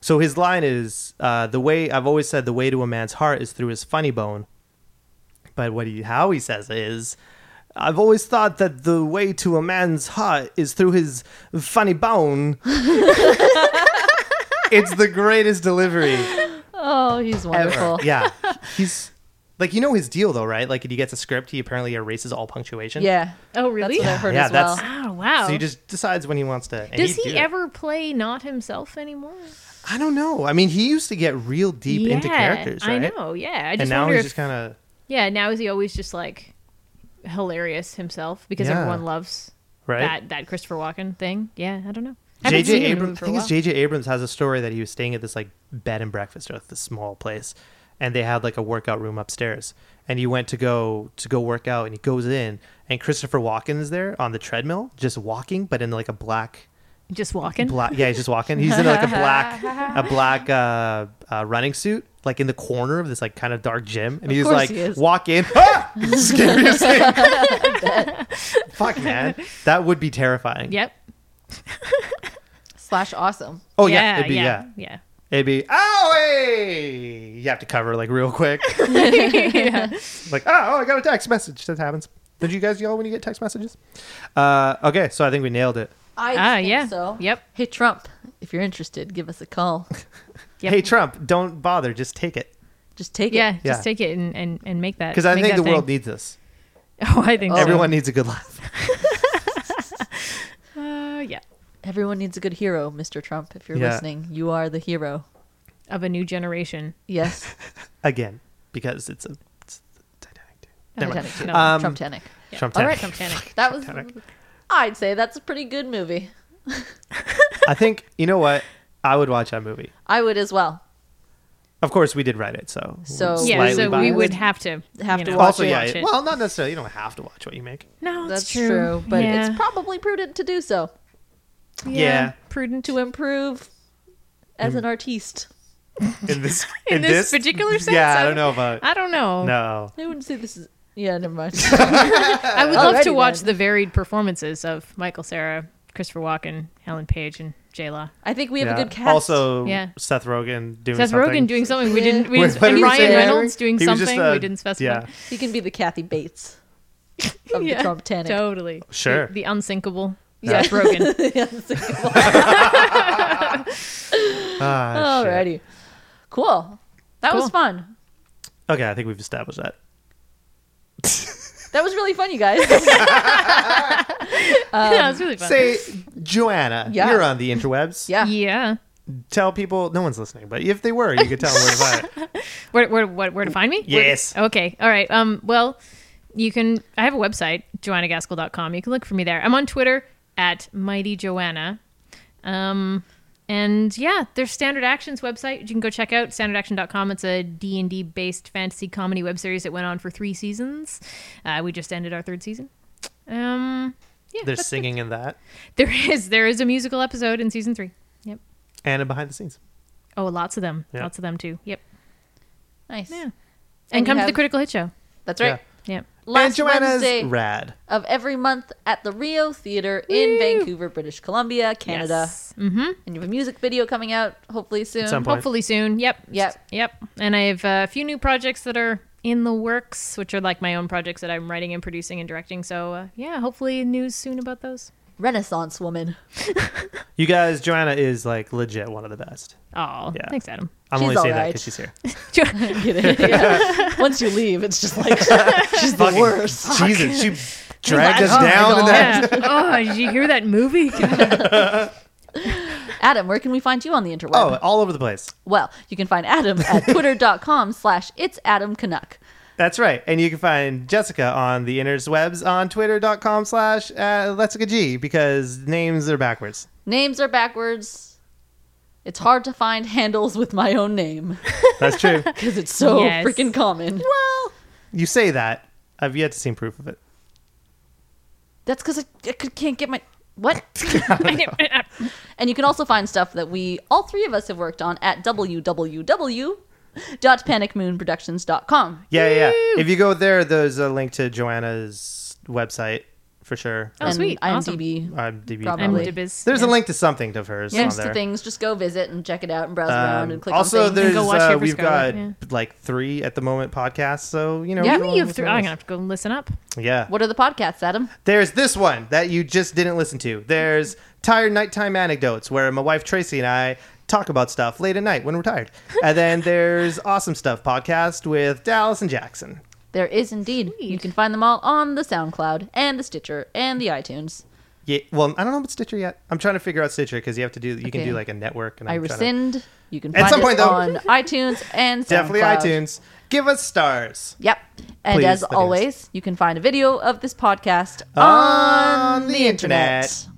S1: So his line is uh, the way I've always said the way to a man's heart is through his funny bone. But what he how he says is I've always thought that the way to a man's heart is through his funny bone. it's the greatest delivery
S2: oh, he's
S1: ever.
S2: wonderful.
S1: yeah. He's like you know his deal though, right? Like he gets a script, he apparently erases all punctuation.
S2: Yeah.
S3: Oh,
S2: That's
S3: really?
S2: what I heard
S1: Yeah,
S2: as well.
S1: that's-
S3: Oh, wow.
S1: So he just decides when he wants to. and
S3: Does
S1: he'd
S3: he
S1: do it.
S3: ever play not himself anymore?
S1: I don't know. I mean, he used to get real deep
S3: yeah,
S1: into characters, right?
S3: I know. Yeah, I just
S1: And now
S3: wonder
S1: he's
S3: if
S1: just kind of
S3: yeah. Now is he always just like hilarious himself because
S1: Yeah.
S3: everyone loves
S1: right.
S3: that that Christopher Walken thing? Yeah, I don't know. I haven't seen
S1: JJ
S3: him in a
S1: Abrams,
S3: movie for
S1: I
S3: a
S1: think it's
S3: while.
S1: JJ Abrams has a story that he was staying at this like bed and breakfast or at this small place, and they had like a workout room upstairs, and he went to go to go work out, and he goes in, and Christopher Walken is there on the treadmill, just walking, but in like a black,
S3: just walking.
S1: black, yeah, he's just walking. He's in like a black, a black uh, uh, running suit, like in the corner of this like kind of dark gym, and he's
S2: course
S1: like
S2: he is.
S1: walk in, ah! scariest thing. Fuck man, that would be terrifying.
S3: Yep.
S2: Slash awesome.
S1: Oh yeah, it'd be yeah.
S3: yeah.
S1: It'd be, oh, hey! You have to cover like real quick. Like, oh, oh, I got a text message. That happens. Did you guys yell when you get text messages? Uh, okay, so I think we nailed it.
S2: I
S3: Ah,
S2: think
S3: yeah.
S2: so.
S3: Yep.
S2: Hey Trump, if you're interested, give us a call.
S3: Yep.
S1: Hey Trump, don't bother. Just take it
S2: Just take
S3: yeah,
S2: it.
S1: Yeah.
S3: just take it and, and, and make that.
S1: because I
S3: make
S1: think
S3: that
S1: the world
S3: thing.
S1: needs this.
S3: Oh, I think so.
S1: Everyone needs a good laugh.
S3: Uh, yeah,
S2: Everyone needs a good hero, Mr. Trump. If you're
S1: Yeah.
S2: listening, you are the hero.
S3: of a new generation.
S2: Yes.
S1: again because it's a it's the Titanic. Too. Never mind.
S2: Titanic too.
S3: No.
S1: Um,
S2: Trumptanic.
S1: Trump
S2: All right,
S1: Titanic.
S3: Trumptanic.
S2: That was.
S1: Titanic.
S2: I'd say that's a pretty good movie.
S1: I think you know what I would watch that movie.
S2: I would as well.
S1: Of course, we did write it, so
S2: So-
S1: we're
S3: Yeah,
S1: slightly
S3: so we
S1: biased.
S3: would have to
S2: Have
S3: you
S2: to
S3: know,
S2: watch
S1: also yeah.
S3: it.
S1: Well, not necessarily. You don't have to watch what you make.
S3: no, it's
S2: That's true, but
S3: Yeah.
S2: it's probably prudent to do so
S1: Yeah.
S3: prudent
S2: to improve as an artiste.
S1: In this
S3: In this particular sense,
S1: yeah, I
S3: I
S1: don't know about
S3: I don't know.
S1: no.
S2: I wouldn't say this is. Yeah, never mind.
S3: I would love to
S2: Alrighty
S3: watch
S2: then.
S3: the varied performances of Michael Sarah, Christopher Walken, Helen Page, and J Law.
S2: I think we have
S1: Yeah.
S2: a good cast.
S1: Also,
S3: Yeah.
S1: Seth Rogen doing
S3: Seth
S1: something.
S3: Rogen doing something we
S2: Yeah.
S3: didn't. We
S1: Wait,
S3: didn't
S1: what
S3: and
S1: did he
S3: Ryan
S2: say?
S3: Reynolds doing
S1: He was
S3: something
S1: just, uh,
S3: we didn't specify.
S1: Yeah,
S2: he can be the Kathy Bates of
S3: Yeah,
S2: the Trump Titanic.
S3: totally.
S1: Sure.
S3: The, the unsinkable
S1: Yeah.
S3: Seth Rogen.
S1: Ah, shit.
S2: Alrighty, cool. That was
S3: Cool.
S2: fun.
S1: Okay, I think we've established that.
S2: That was really fun, you guys.
S3: yeah, it was really fun.
S1: Say, Joanna,
S2: Yeah.
S1: you're on the interwebs.
S2: yeah.
S3: yeah.
S1: Tell people, no one's listening, but if they were, you could tell them where to find it.
S3: Where, where, where, where to find me?
S1: Yes.
S3: Where- okay. All right. Um, well, you can, I have a website, joannagaskell.com. You can look for me there. I'm on Twitter at Mighty Joanna. Um, and yeah, there's Standard Action's website. You can go check out standardaction.com. It's a D&D based fantasy comedy web series that went on for three seasons. Uh, we just ended our third season. Um, yeah,
S1: They're
S3: that's-
S1: singing in that
S3: there is, there is a musical episode in season three. Yep.
S1: and in behind the scenes.
S3: Oh, lots of them.
S1: Yeah.
S3: Lots of them too. Yep.
S2: Nice.
S3: Yeah. And,
S2: And you
S3: come to the
S2: have-
S3: Critical Hit Show.
S2: That's right.
S1: Yeah.
S3: Yep.
S1: and
S2: Last
S1: Joanna's
S2: Wednesday
S1: rad.
S2: of every month at the Rio Theater in Vancouver, British Columbia, Canada.
S3: Mm-hmm.
S2: And you have a music video coming out hopefully soon.
S1: some point.
S3: Hopefully soon. Yep.
S2: Yep.
S3: Yep. And I have a few new projects that are in the works, which are like my own projects that I'm writing and producing and directing. So uh, yeah, hopefully news soon about those.
S2: Renaissance woman.
S1: You guys, Joanna is like legit one of the best.
S3: Oh,
S1: Yeah.
S3: thanks, Adam.
S1: I'm
S2: She's
S1: only saying that 'cause
S2: alright.
S1: she's here.
S2: Yeah. Once you leave, it's just like she's the
S1: Fucking
S2: worst.
S1: Jesus, she dragged us
S2: Oh my
S1: down in
S2: God.
S1: that.
S3: yeah. Oh, did you hear that movie?
S2: Adam, where can we find you on the interweb?
S1: Oh, all over the place.
S2: Well, you can find Adam at twitter.com slash it's Adam Canuck.
S1: That's right. And you can find Jessica on the interwebs on twitter.com slash uh, let's Go G because names are backwards.
S2: Names are backwards. It's hard to find handles with my own name
S1: That's true.
S2: because it's so
S3: Yes.
S2: freaking common. Well,
S1: you say that. I've yet to see proof of it.
S2: that's because I, I c- can't get my. What?
S3: That's
S2: And you can also find stuff that we, all three of us, have worked on at www.panicmoonproductions.com.
S1: Yeah, yeah. yeah. If you go there, there's a link to Joanna's website for sure. uh,
S3: Oh, sweet.
S2: And
S3: Awesome.
S2: IMDb.
S1: I'm DB.
S2: Probably.
S3: I'm
S1: probably.
S3: Dibiz.
S1: There's a
S3: Yeah.
S1: link to something of hers
S2: Links
S1: on
S2: to
S1: there. Um,
S2: things. Just go visit and check it out and browse around and click
S1: also,
S2: on things.
S1: there's
S3: go watch
S1: uh,
S3: Paper
S1: we've
S3: Scarlet,
S1: got
S3: yeah.
S1: like three at the moment podcasts. So you know,
S2: Oh, Yeah.
S1: go
S3: Really, you
S1: and
S3: have three.
S1: listen to
S3: I'm gonna have to go and listen up.
S1: those. Yeah,
S2: What are the podcasts, Adam?
S1: there's this one that you just didn't listen to. There's tired nighttime anecdotes where my wife Tracy and I talk about stuff late at night when we're tired. and then there's awesome stuff podcast with Dallas and Jackson.
S2: There is indeed. You can find them all on the SoundCloud and the Stitcher and the iTunes.
S1: Yeah, well, I don't know about Stitcher yet. I'm trying to figure out Stitcher because you have to do you can
S2: Okay.
S1: do like a network. And
S2: I
S1: I'm trying to-
S2: rescind. You can
S1: At
S2: find
S1: some
S2: us
S1: point, though.
S2: on iTunes and SoundCloud.
S1: definitely iTunes. Give us stars
S2: Yep. And
S1: Please,
S2: as
S1: let us.
S2: always, you can find a video of this podcast on, the, internet.